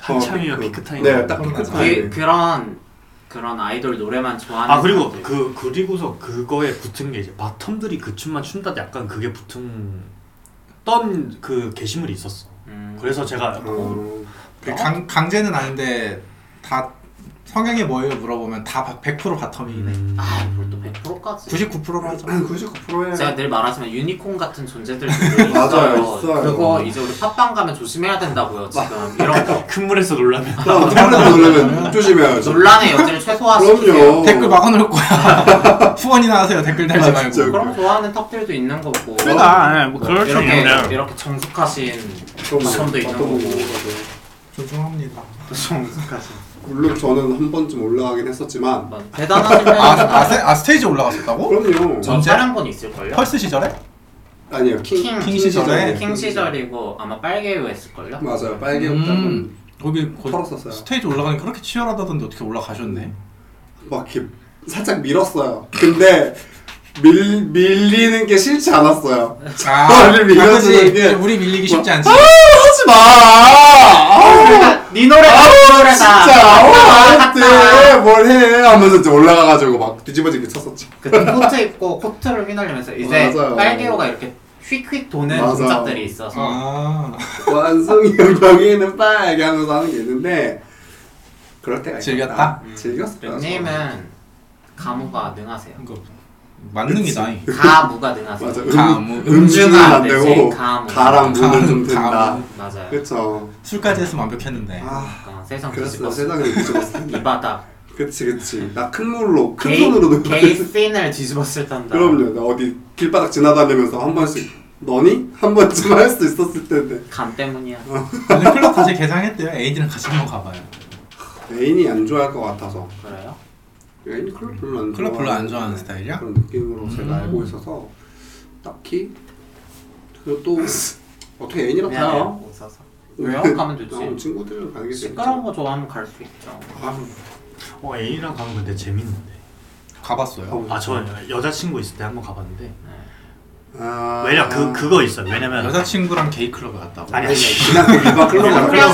한창이에요,
어, 그-
피크 타임.
네, 딱
코로나
피크
전.
그,
타임.
그런 그런 아이돌 노래만 좋아하는
아 그리고
사람들.
그 그리고서 그거에 붙은 게 이제 바텀들이 그 춤만 춘다 약간 그게 붙은 떤 그 게시물이 있었어.
음.
그래서 제가 어,
어,
그 강, 강제는 아닌데 다 성향이 뭐예요 물어보면 다 100% 바텀이긴 해
음,
아 이걸 또 100%까지
99%로 하죠
아, 음. 99%에
제가 늘 말하지만 유니콘 같은 존재들도
맞아요,
있어요.
있어요.
그거 이제 우리 팟빵 가면 조심해야 된다고요. 지금 이런 거
큰 물에서 놀라면
아, 그럼 태블릿 누르면 조심해야죠.
논란의 여지를 최소화시키세요.
그럼요.
댓글 막아놓을 거야 후원이나 하세요 댓글 달지
아,
말고
진짜.
그럼 좋아하는 턱들도 있는 거고
그러니까 뭐 그럴 수
이렇게
있는데
이렇게 정숙하신
그럼
시험도 있는
어떤
거고.
거고.
존중합니다
정숙하신
물론 저는 한 번쯤 올라가긴 했었지만
대단하신
아, 아,
팬이잖아요.
세- 아 스테이지 올라갔었다고?
그럼요.
저
언제?
촬영본 있을걸요?
펄스 시절에?
아니요 킹,
킹,
킹 시절에?
킹 시절이고 아마 빨개 우 했을걸요?
맞아요 빨개 옷
음, 거기 거-
털었었어요.
스테이지 올라가니 까 그렇게 치열하다던데 어떻게 올라가셨네?
막 이렇게 살짝 밀었어요. 근데 밀 밀리는 게 싫지 않았어요.
아,
우리 밀려드는
그렇지.
게-
우리 밀리기 쉽지 않지.
하지 마. 아! 아우,
그러니까 네 노래가 네
아우
노래다.
진짜 아우
맞다.
나한테 뭘해 하면서 이제 올라가가지고 막 뒤집어지게 쳤었죠.
그 코트 입고 코트를 휘날리면서 이제
맞아요.
빨개우가 이렇게 휙휙 도는
맞아요.
동작들이 있어서
아,
완성이 형 여기는 빨개 하면서 하는 게 있는데 그럴 때가
즐겼다?
있겠다. 즐겼어요.
음, 닉네임은 가무가 능하세요.
이거 만능이다.
가무가 능하세요.
맞아.
가무.
음, 음주는 안
되지,
되고
가무.
가랑 무는 좀 된다.
가무.
맞아요.
그쵸.
술까지 했으면 완벽했는데.
아
그러니까 세상
그랬어
뒤집었어.
세상을 뒤집었어.
이 바닥.
뭐 그치 그치 나 큰 물로 큰
게이,
손으로 넣고
게이 씬을 뒤집었을 텐다.
그럼요 나 어디 길바닥 지나다니면서 한 번씩 너니? 한 번쯤 할 수 있었을 텐데
감 때문이야.
어.
오늘 클럽 다시 개장했대요. 애인이랑 같이 한번 가봐요.
애인이 안 좋아할 것 같아서
그래요?
예, 애인이 클럽 별로 안
클럽 별로 안
좋아하는
좋아하는 스타일이야?
그런 느낌으로 제가 알고 있어서 딱히 그리고 또 어떻게 애인이랑 가요?
미안해요. 웃어서. 왜요? 가면
어,
되지.
친구들이랑 가는 게 재밌죠
시끄러운 거 좋아하면 갈 수 있죠.
아,
어 애인이랑 가면 근데 재밌는데.
가봤어요.
아 저
음.
여자친구 있을 때 한번 가봤는데
네. 아,
왜냐 그 그거 있어. 왜냐면
여자친구랑 게이 클럽에 갔다고.
아니 아니
그냥 일반 클럽
그냥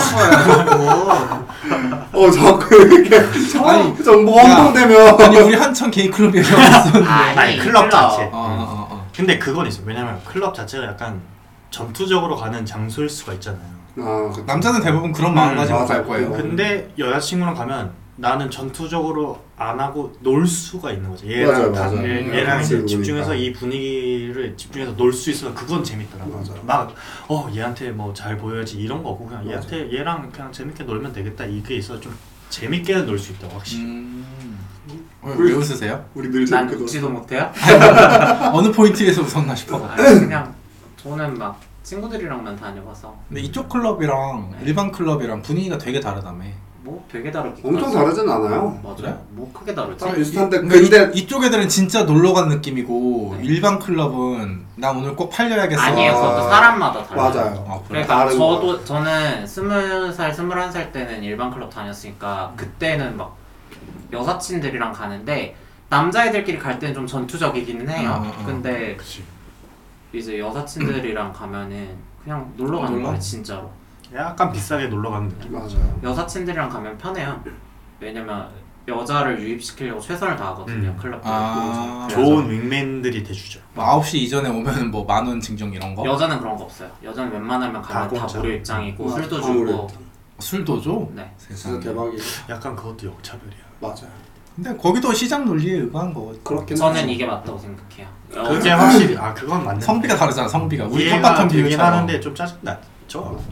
거예요.
어 자꾸 이렇게
아니,
정보
야.
혼동되면
아니 우리 한천 게이 클럽에
네.
갔었는데.
아니, 클럽 자체.
어, 어, 어.
근데 그건 있어. 왜냐면 클럽 자체가 약간 전투적으로 가는 장소일 수가 있잖아요.
아, 그쵸.
남자는 대부분 그런
맞아요.
마음가짐으로 갈 거예요.
근데 여자친구랑 가면 나는 전투적으로 안 하고 놀 수가 있는 거죠. 얘랑
맞아요,
다-
맞아요. 네,
얘-
음,
얘랑 이제
같이
집중해서
노니까.
이 분위기를 집중해서 놀 수 있으면 그건 재밌더라고.
맞아요.
막어 얘한테 뭐 잘 보여야지 이런 거고 그냥 얘한테 얘랑 그냥 재밌게 놀면 되겠다 이게 있어 좀 재밌게 놀 수 있다 고 확실히.
음. 어, 왜 웃으세요?
우리 늘
난
재밌게 놀
웃지도 못해요.
어느 포인트에서 웃었나 싶어.
아니,
음.
그냥 저는 막 친구들이랑만 다녀봐서
근데 이쪽 클럽이랑 일반 클럽이랑 분위기가 되게 다르다며.
뭐 되게 다르게
엄청 다르진 않아요.
맞아요.
그래?
뭐 크게 다르지.
딱 비슷한데
근데
근데
그러니까 이, 쪽 애들은 진짜 놀러 간 느낌이고
네.
일반 클럽은 나 오늘 꼭 팔려야겠어.
아니에요. 그것도 사람마다 달라요.
맞아요.
아, 그래.
그러니까
다른
저도 저는 스무 살 스물한 살 때는 일반 클럽 다녔으니까 그때는 막 여사친들이랑 가는데 남자애들끼리 갈 때는 좀 전투적이기는 해요.
아, 아, 아.
근데
그치.
이제 여사친들이랑 가면은 그냥 놀러 가는
놀러?
거예요, 진짜로.
약간 비싸게 놀러 가는 느낌.
맞아요.
여사친들이랑 가면 편해요. 왜냐면 여자를 유입시키려고 최선을 다하거든요.
음.
클럽
아.
좋은 윙맨들이 돼주죠.
뭐 9시 이전에 오면 뭐 만 원 증정 이런 거?
여자는 그런 거 없어요. 여자는 웬만하면
다
가면 다,
공짜.
무료 입장이고
음. 맞아,
술도
다
주고
무료 입장.
술도 줘?
네.
세상에.
진짜 대박이죠.
약간 그것도 역차별이야.
맞아요.
근데 거기도 시장 논리에 의거한 거거든.
그렇긴
저는
하죠.
이게 맞다고 생각해요.
그게 확실히 아 그건 맞네.
성비가 다르잖아 성비가 어. 그러니까 우리
이해가
텃밭한
되긴
비유처럼 어.
하는데 좀 짜증 났죠.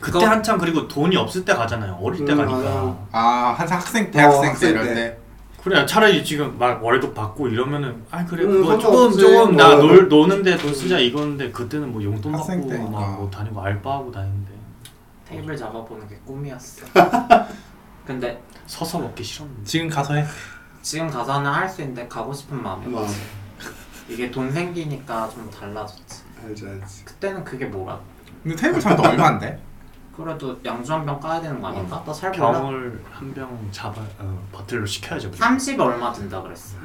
그때
그거-
한참 그리고 돈이 없을 때 가잖아요. 어릴 때
음,
가니까.
맞아요.
아 한창 학생 대학생 때
학생
이럴
때.
때
그래 차라리 지금 막 월급 받고 이러면은 아 그래
음,
뭐 조금
상관없지.
조금
뭐.
나 놀, 노는데 돈 쓰자 이거는데 그때는 뭐 용돈
학생
받고
때니까.
막 뭐 다니고 알바하고 다니는데
테이블 잡아보는 게 꿈이었어. 근데
서서 먹기 싫었는데
지금 가서 해
지금 가서는 할 수 있는데 가고 싶은 마음이
뭐,
없지. 이게 돈 생기니까 좀 달라졌지.
알지 알지.
그때는 그게 뭐야?
근데 테이블 잡도 얼마인데?
그래도 양주 한 병 까야 되는 거
어,
아닌가? 나잘 몰라.
병을 한 병 잡아 어, 버틀로 시켜야죠. 그냥.
30 얼마 든다 그랬어.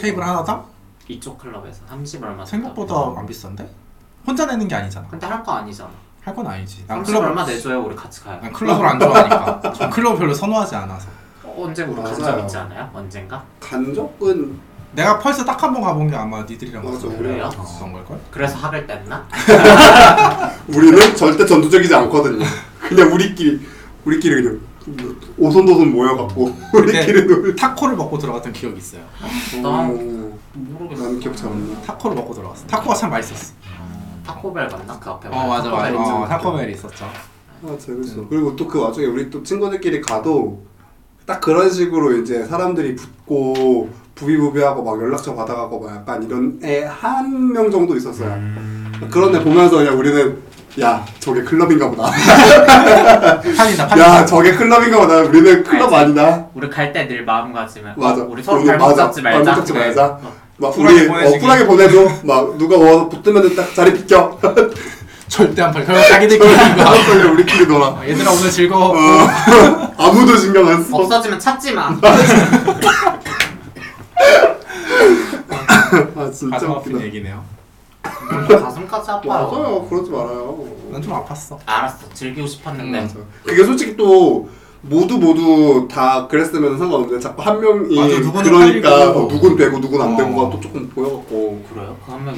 테이블 하나당?
이쪽 클럽에서 30 얼마 든다.
생각보다 안 비싼데? 혼자 내는 게 아니잖아
근데 할 거 아니잖아.
할 건 아니지 난
30
클럽
얼마 내줘요 우리 같이 가요.
난 클럽을 안 좋아하니까 전 클럽 별로 선호하지 않아서
어, 언제 우리
맞아요.
간적 있지 않아요? 언젠가?
간 적은
내가 펄스 딱 한 번 가본 게 아마 니들이랑
맞아
갔었던
우리
그래요?
걸걸?
그래서 학을 뗐나?
우리는 절대 전투적이지
아.
않거든요. 그냥 우리끼리 우리끼리 그냥 오손도손 모여갖고 우리끼리 놀.
타코를 먹고 들어갔던 기억이 있어요
난
오,
모르겠어.
난 기억 잘 안 나.
타코를 먹고 들어갔어 타코가 참 맛있었어
타코벨 맞나? 그 앞에
어 맞아 맞아
타코벨
어,
있잖아.
타코벨이 있었죠
아 재밌어. 그리고 또 그 와중에 우리 또 친구들끼리 가도 딱 그런 식으로 이제 사람들이 붙고 부비부비하고 막 연락처 받아가고 막 약간 이런 애 한 명 정도 있었어요.
음.
그런 애 보면서 그냥 우리는 야 저게 클럽인가 보다.
판이다 판
야 저게 클럽인가 보다. 우리는 클럽
알지.
아니다.
우리 갈 때 늘 마음가짐은
맞아.
우리 서로
오늘
발목
맞아.
잡지 말자.
발목 잡지
네.
말자. 막
쿨하게
우리
보내주기.
어, 쿨하게 보내줘. 막 누가 와서 붙으면 딱 자리 비켜.
절대 안 팔. 결국 자기들끼리 이거.
알았어 그냥 우리끼리 놀아.
어, 얘들아 오늘 즐거워.
아무도 신경 안 써.
없어지면 찾지 마.
아 진짜
가슴 아픈
웃기다.
얘기네요.
가슴까지 아파요.
맞아요. 그러지 말아요.
난 좀 아팠어.
알았어. 즐기고 싶었는데.
맞아. 그게 솔직히 또 모두 모두 다 그랬으면 상관없는데 자꾸 한 명이
맞아, 누구는
그러니까
팔리고.
어, 누군 되고 누군 안
어.
되고가 또 조금 보여갖고
그래요? 그러면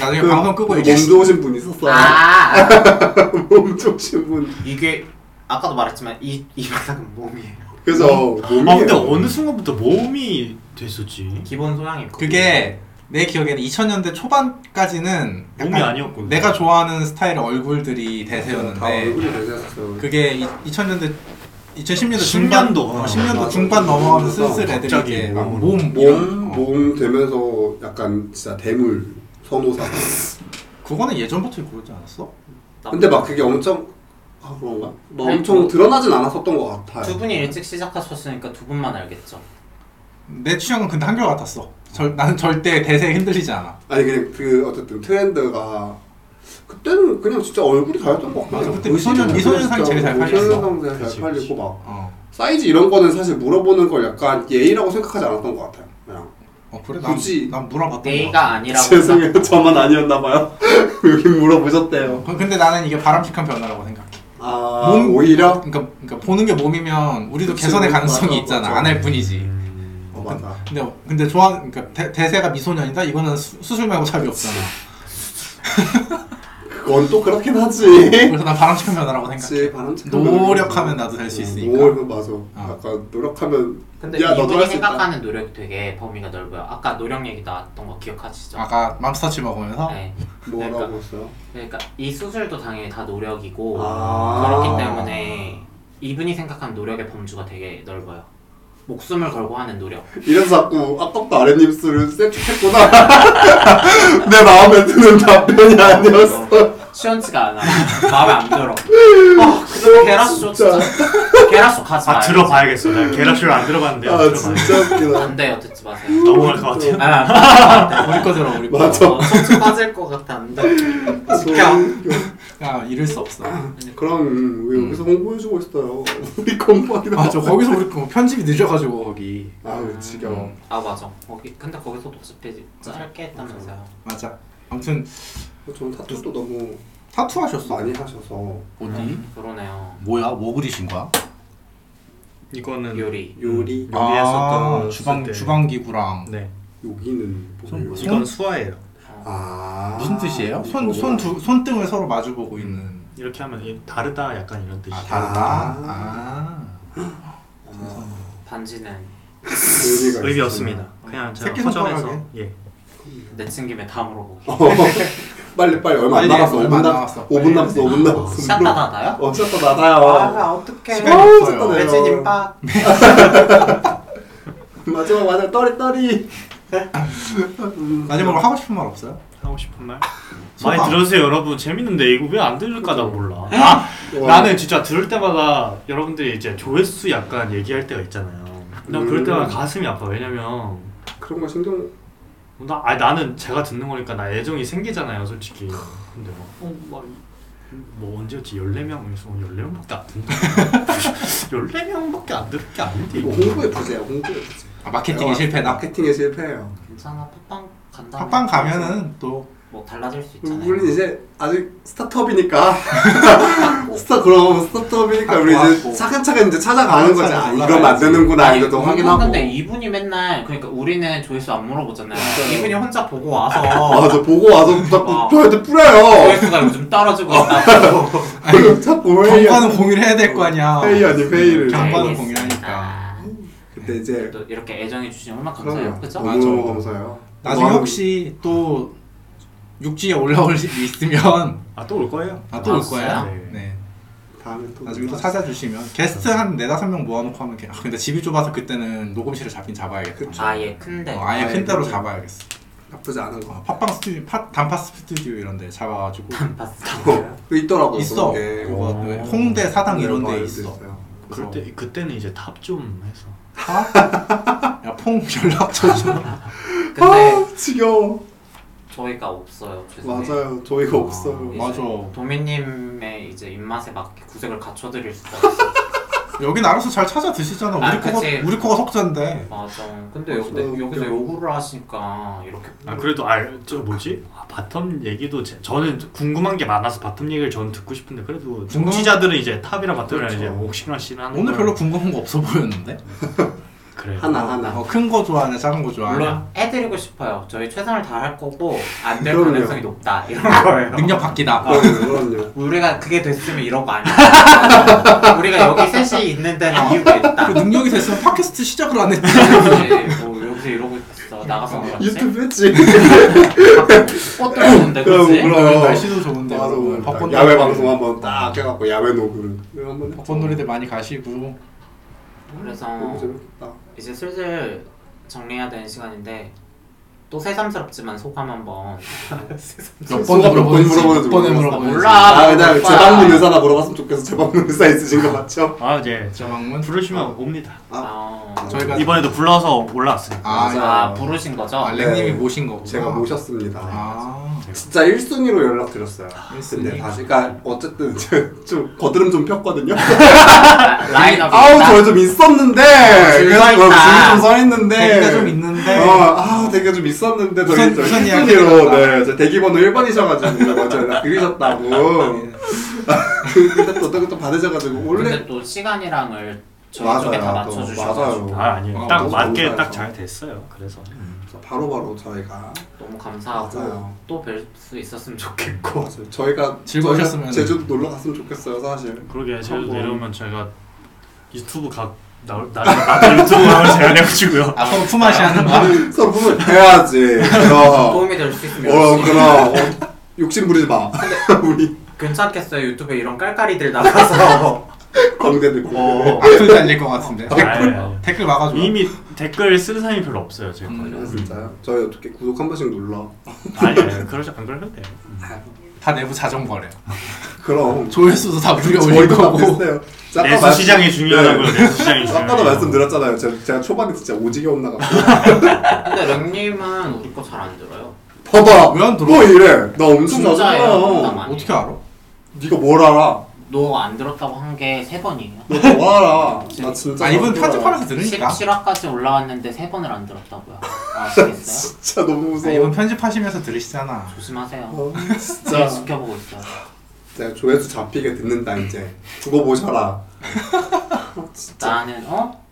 나중에
그
방송 끄고
몸
얘기해.
좋으신 분 있었어.
아
몸 좋으신 분.
이게 아까도 말했지만 이이 바닥은 몸이에요.
그래서
어.
몸이.
아 근데 어느 순간부터 몸이 됐었지.
기본 소양이
그게 내 기억에는 2000년대 초반까지는
몸이
약간
아니었고.
내가 좋아하는 스타일의 얼굴들이
다
대세였는데
얼굴이 되셨어.
그게 이, 2000년대 2010년도
10년도.
중반, 어, 10년도
맞아.
중반 넘어가면서 슬슬 애들이
갑자기
이제
몸으로.
몸몸
몸,
아.
몸 되면서 약간 진짜 대물 선호사.
어, 그거는 예전부터 그러지 않았어?
근데 막 그게 엄청 아 그런가? 막
네,
아니,
엄청
뭐-
드러나진 않았었던 것 같아요. 아,
두 분이 일찍 시작하셨으니까 두 분만 알겠죠.
내 취향은 근데 한결 같았어. 절, 나는 절대 대세에 흔들리지 않아.
아니 그냥 그 어쨌든 트렌드가 그때는 그냥 진짜 얼굴이 잘했던 것 같아요.
맞아, 그때 미소년- 미소년상이 제일 잘 팔렸어.
미소년상 제일 잘
그치,
팔리고 막
어,
사이즈 이런 거는 사실 물어보는 걸 약간 예의라고 생각하지 않았던 것 같아요. 그냥.
어 그래 난,
굳이-
난 물어봤던 거 같아.
내가 아니라고
뭐. 죄송해요, 저만 아니었나 봐요. 여기 물어보셨대요.
그- 근데 나는 이게 바람직한 변화라고 생각해.
아
몸-
오히려
그러니까, 그러니까 보는 게 몸이면 우리도
그치,
개선의
맞아, 맞아,
가능성이 있잖아.
맞아.
안 할 뿐이지.
음,
어, 맞아.
근데 근데 좋아 그러니까 대, 대세가 미소년이다. 이거는 수, 수술 말고 답이 없잖아.
그건 또 그렇긴 하지.
그래서 난 바람직한 변화라고 생각해.
예? 그렇지 바람직. 음,
노력하면 나도 될 수 있으니까. 어.
노력 맞아. 약간 노력하면
근데
야 너도
이분이
할수 있다.
생각하는 노력이 되게 범위가 넓어요. 아까 노력 얘기 나왔던 거 기억하시죠?
아까 맘스터치 먹으면서
네.
뭐라고 했어요?
그러니까 이 수술도 당연히 다 노력이고
아.
그렇기 때문에 이분이 생각한 노력의 범주가 되게 넓어요. 목숨을 걸고 하는 노력.
이래서 자꾸 아까부터 아랫입술을 섹스했구나. 내 마음에 드는 답변이 아니었어.
시원치가 않아. 마음에 안 들어. 아, 그 게라쇼 진짜. 게라쇼 가지 마.
아 들어봐야겠어. 나 게라쇼를 안 들어봤는데.
아 진짜 웃기다.
어,
안 돼요, 듣지 마세요.
음.
넘어갈 것 같아요.
아, 안 돼.
우리 거 들어 우리 거.
맞아.
어, 속지 빠질 것 같아, 안 돼.
야 이럴 수 없어. 아,
그럼 왜 여기서 홍보해주고 있어요? 우리 건방이다.
음. 아저 거기서 우리 거 편집이 늦어가지고 거기. 음,
아우 지겨워.
아, 맞아. 거기, 근데 거기서도 어차피 짧게 했다면서요.
맞아. 아무튼
어, 저는 타투도 너무
타투 하셨어.
많이 하셔서
어디?
음, 그러네요.
뭐야? 뭐 그리신 거야?
이거는
요리.
음.
요리
요리했었던
아,
쓸
주방
때.
주방 기구랑
네.
여기는 뭐예요?
손?
이건 수화예요.
아
무슨 뜻이에요?
손 손 두 손등을 서로 마주 보고 있는.
이렇게
아,
하면 이- 다르다 약간 이런 뜻이죠.
아
다-
다르다. 아.
반지는
의미가
의미
있었구나.
없습니다. 그냥 제가
새끼
허전해서
손가락에.
예.
내친 김에 다 물어보고
어, 빨리 빨리 얼마 안
빨리
남았어. 5분
얼마 안
남았어.
남았어.
5분 남았어. 5분 남았어.
샷다다다요?
어, 샷다 나다요.
아, 어떡해 아,
시간이 없어요.
샷다 내요.
매진님 빡
마지막 마지막 떠리 떠리.
마지막으로 하고 싶은 말 없어요?
하고 싶은 말?
소감.
많이 들으세요 여러분 재밌는데 이거 왜 안 들을까 나 몰라 아, 나는 진짜 들을 때마다 여러분들이 이제 조회수 약간 얘기할 때가 있잖아요 난 그럴
음.
때마다 가슴이 아파 왜냐면
그런 거 신경
나, 아 나는 제가 듣는 거니까 나 애정이 생기잖아요 솔직히 근데 막, 어, 막, 뭐 언제였지 14명에서 어, 14명밖에 안 듣는 14명밖에 안 들을 게 아닌데
이거
이거
홍보에 보세요. 홍보에 보세요.
아, 마케팅의 실패다.
마케팅의 실패예요.
괜찮아 팟빵 간다
팟빵 가면은 또
뭐 달라질 수 있잖아요
우리 음, 이제 아직 스타트업이니까 스타 그럼 스타트업이니까 우리 이제
알았고.
차근차근 이제 찾아가는 거지. 아,
차근차근
이러면 안 되는구나 이것도 확인하고.
근데 이분이 맨날 그러니까 우리는 조회수 안 물어보잖아요
맞아요.
이분이 혼자 보고 와서
맞아 보고 와서
아.
자꾸 저한테 뿌려요.
조회수가 요즘 떨어지고 있다고
자꾸
경과는 공유를 해야 될 거 아니야.
회의 아닌 회의를.
경과는
알겠습니다. 아.
공유하니까.
그때 이제
또 이렇게 애정해 주시니 얼마나 감사해요
네. 그럼요.
그죠?
너무 너무 감사해요.
나중에
너무
혹시 또 육지에 올라올 일이 있으면
아또 올 거예요
아, 또올
아,
거예요.
진짜요?
네.
다음에 또
나중에 또 찾아주시면 게스트 한 네다섯 명 모아놓고 하면 게- 아, 근데 집이 좁아서 그때는 녹음실을 잡긴 잡아야겠다.
그쵸.
아예 큰데
어, 아예
아예
큰 데로
그쵸.
잡아야겠어.
나쁘지 않은 거.
어, 팟빵 스튜디오, 팟, 단파 스튜디오 이런 데 잡아가지고
안 봤어
어, 그 있더라고. 그런
있어.
게.
그거
어.
그 홍대 사당
네,
이런
맞아요.
데 있어.
그럴 때 그때는 이제 탑 좀 해서
야퐁 연락처 좀.
근데
아 지겨워.
저희가 없어요 죄송해요
맞아요. 저희가
아,
없어요.
이제
맞아.
도미님의 이제 입맛에 맞게 구색을 갖춰드릴 수가 없어
여긴 알아서 잘 찾아 드시잖아. 우리
아,
코가
그치.
우리 코가 석잔데.
맞아 근데
맞아.
여기, 여기서 요구를 하시니까 이렇게
음.
아 그래도 알저 뭐지 아, 바텀 얘기도 제, 저는 궁금한 게 많아서 바텀 얘기를 저는 듣고 싶은데 그래도
궁금한-
정치자들은 이제 탑이랑 바텀이랑
그렇죠.
이제 옥신화 씨는 하는
오늘
거라.
별로 궁금한 거 없어 보였는데.
그래
하나 하나.
어, 큰 거 좋아하냐, 작은 거 좋아하냐.
물론 해드리고 싶어요 저희 최선을 다할 거고 안 될
그럼요.
가능성이 높다 이런 거예요
능력 바뀌다.
아. 그럼요. 그럼요.
우리가 그게 됐으면 이런 거 아니야 우리가 여기 셋이 아. 있는 데는 이유가 있다
그 능력이 됐으면 팟캐스트 시작을 안 했지.
그치? 뭐 여기서 이러고 있어 나가서 그렇지
유튜브 했지.
꽃도 없는데 그치?
오늘 날씨도 좋은데
맞아
여러분.
오늘
벚꽃놀이-
야외 방송 한번 딱 해갖고 야외 녹음. 네, 한번
벚꽃놀이들 많이 가시고
그래서
너무 재밌겠다.
이제 슬슬 정리해야 되는 시간인데 또 새삼스럽지만 소감 한번
번
몇 번을
물어보는지
물어보는지 몇 번을
모르겠어.
물어보는지
몰라.
아,
아,
그냥
오빠야.
재방문 의사나 물어봤으면 좋겠어. 재방문 의사 있으신 거 맞죠?
아예
자, 방문.
부르시면 옵니다
어,
저희가
이번에도 불러서 올라왔어요
아,
아. 맞아.
아 부르신 거죠?
아
네.
랭님이 모신 거구나.
제가 모셨습니다.
아,
진짜 1순위로 연락드렸어요.
일순위.
근데 다시, 그러니까 어쨌든 좀- 좀 거드름 좀 폈거든요.
라인업이
네. 아우
있다?
저희 좀 있었는데
줄
그래서
서
그걸
있다.
줄이 좀 서있는데
어, 대기가 좀 있는데.
어, 아 대기가 좀 있었는데 저희
우선-
저
우선
1순위로
이야기해달라.
네, 저 대기 번호 1번이셔가지고 먼저 연락 드리셨다고
예.
그, 근데 또, 또, 또 받으셔가지고 원래
근데 또 시간이랑을 저희
맞아요,
쪽에 다
또.
맞춰주셔가지고
맞아요.
아 아니에요
아,
딱
어, 너무
맞게
감사해요.
딱 잘 됐어요 그래서 음.
바로바로 저희가
너무 감사하고
맞아요.
또 뵐 수 있었으면 좋겠고
맞아요. 저희가 저희가
즐거우셨으면.
제주도 놀러 갔으면 좋겠어요 사실
그러게 제주도
한번.
내려오면 제가 유튜브 각 나올 나 나도 유튜브 나올 제가 내가지고요
아 서로 품앗이 하는 거.
서로 보면 해야지 그럼
도움이 될 수 있으면
어,
역시.
그럼 어, 욕심 부리지 마 우리
괜찮겠어요 유튜브에 이런 깔깔이들 나가서
광대 듣고
어,
악플 달릴 것 같은데.
아예
댓글 막아줘.
이미 댓글 쓰는 사람이 별로 없어요 제가
음.
아, 진짜요? 저희 어떻게 구독 한 번씩 눌러
아니 아니, 그러지 안 그러면 돼요
다 내부 자정거래.
그럼
조회수도 다 우리가 올릴
그렇죠. 저희도
거고.
바뀌었어요. 아까
내수
말씀-
시장이 중요하다고요
네.
내수 시장이 중요해요
아까도 말씀드렸잖아요. 제가, 제가 초반에 진짜 오지게 혼나가지고
근데 랭님은 우리 거 잘 안 들어요
봐봐
왜안 들어?
뭐 이래? 나 엄청
진짜예요
나잖아.
어떻게 알아?
네가 뭘 알아?
너안 들었다고 한 게 세 번이에요
너 뭐 알아? 나 진짜
아 이분
나 몰라. 그러니까.
편집하면서 들으니까.
17화까지 올라왔는데 세 번을 안 들었다고요 아시겠어요?
진짜 너무
아,
무서워.
이분 편집하시면서 들으시잖아.
조심하세요
어,
잘
진짜
지켜보고 있어요
제가 조회수 잡히게 듣는다 이제 두고 보셔라.
나는 어?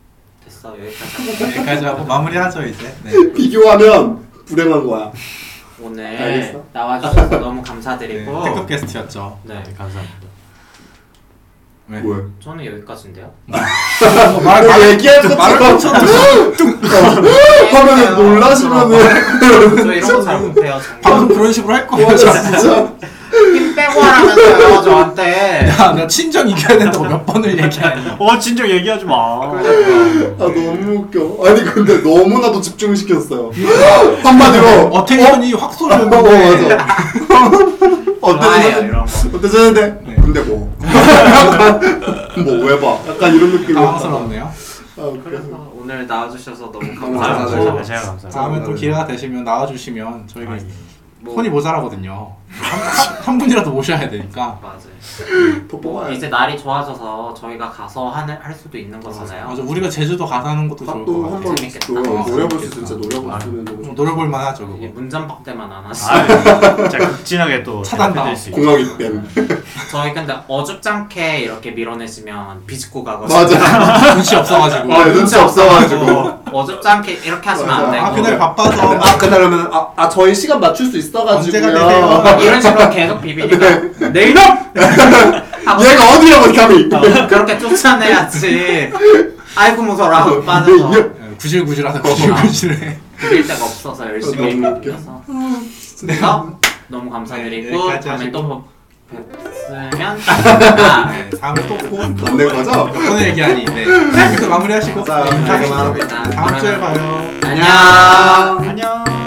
됐어 여기까지
여기까지 하고 마무리하죠 이제. 네.
비교하면 불행한 거야.
오늘
알겠어.
나와주셔서 너무
네,
어.
감사드리고
특급 게스트였죠.
네.
네, 감사합니다
네.
뭐야?
저는 여기까지인데요.
말, 말,
얘기할
말을
것처럼 어.
네.
하면 놀라시면은
저 이런 거 잘 못해요.
방송
정말.
그런 식으로 할 거야.
와 진짜
힘 빼고 하라면서요 저한테.
야, 나 친정 이겨야 된다고 몇 번을 얘기하니.
어 진정 얘기하지 마.
아 너무 웃겨. 아니 근데 너무나도 집중시켰어요. 한마디로
어택션이 확
어, 어,
쏘는데.
맞아.
좋아해요
어땠는데?
이런 거.
어땠는데?
네.
근데 뭐? 뭐 왜 봐? 약간 이런 느낌이야.
당황스럽네요.
아, 웃겨.
그래서 오늘 나와주셔서 너무
감사합니다.
감사하고
제가 감사합니다.
다음에 또 기회가 되시면 나와주시면 저희가
아, 예.
뭐,
손이 모자라거든요. 한, 한- 한 분이라도 모셔야 되니까.
맞아요.
더 뽑아야
이제 날이 좋아져서 저희가 가서 하는, 할 수도 있는 거잖아요.
맞아, 우리가 제주도 가서 하는 것도 좋을 것 같아요.
또한번 그
재밌겠다.
노려볼 수 있으면 진짜 노려볼 수 있는
좀
거고.
노려볼 만하죠,
이게
그거.
문전박 대만 안 하시.
아, 자 극진하게 또
차단
대답해드릴
나와.
수 있게.
공항이 땜.
저희 근데 어줍잖게 이렇게 밀어내시면 비집고 가거든요.
맞아.
눈치 없어가지고.
아, 눈치 없어가지고.
어줍잖게 이렇게 하시면 안 되고
아, 그날 바빠서.
아 그날은 아, 아 저희 시간 맞출 수 있어가지고요.
언제가 되세요?
뭐 이런 식으로 계속 비비니까 내 이놈! 하고
얘가 어디라고 감히?
그렇게 쫓아내야지 아이고 무서라 하고 빠져서
네,
예, 구질구질하다, 구질구질해.
빌 데가 없어서 열심히
너무 웃겨.
빌려서 그래서 너무 감사드리고
네,
다음에
여기까지
또 뵙으면 좋겠다.
네, 다음에 또 꼭.
안 된 거죠?
오늘 얘기하니. 네.
아,
여기서 마무리하시고.
네,
감사합니다.
다음 주에 봐요.
안녕
안녕.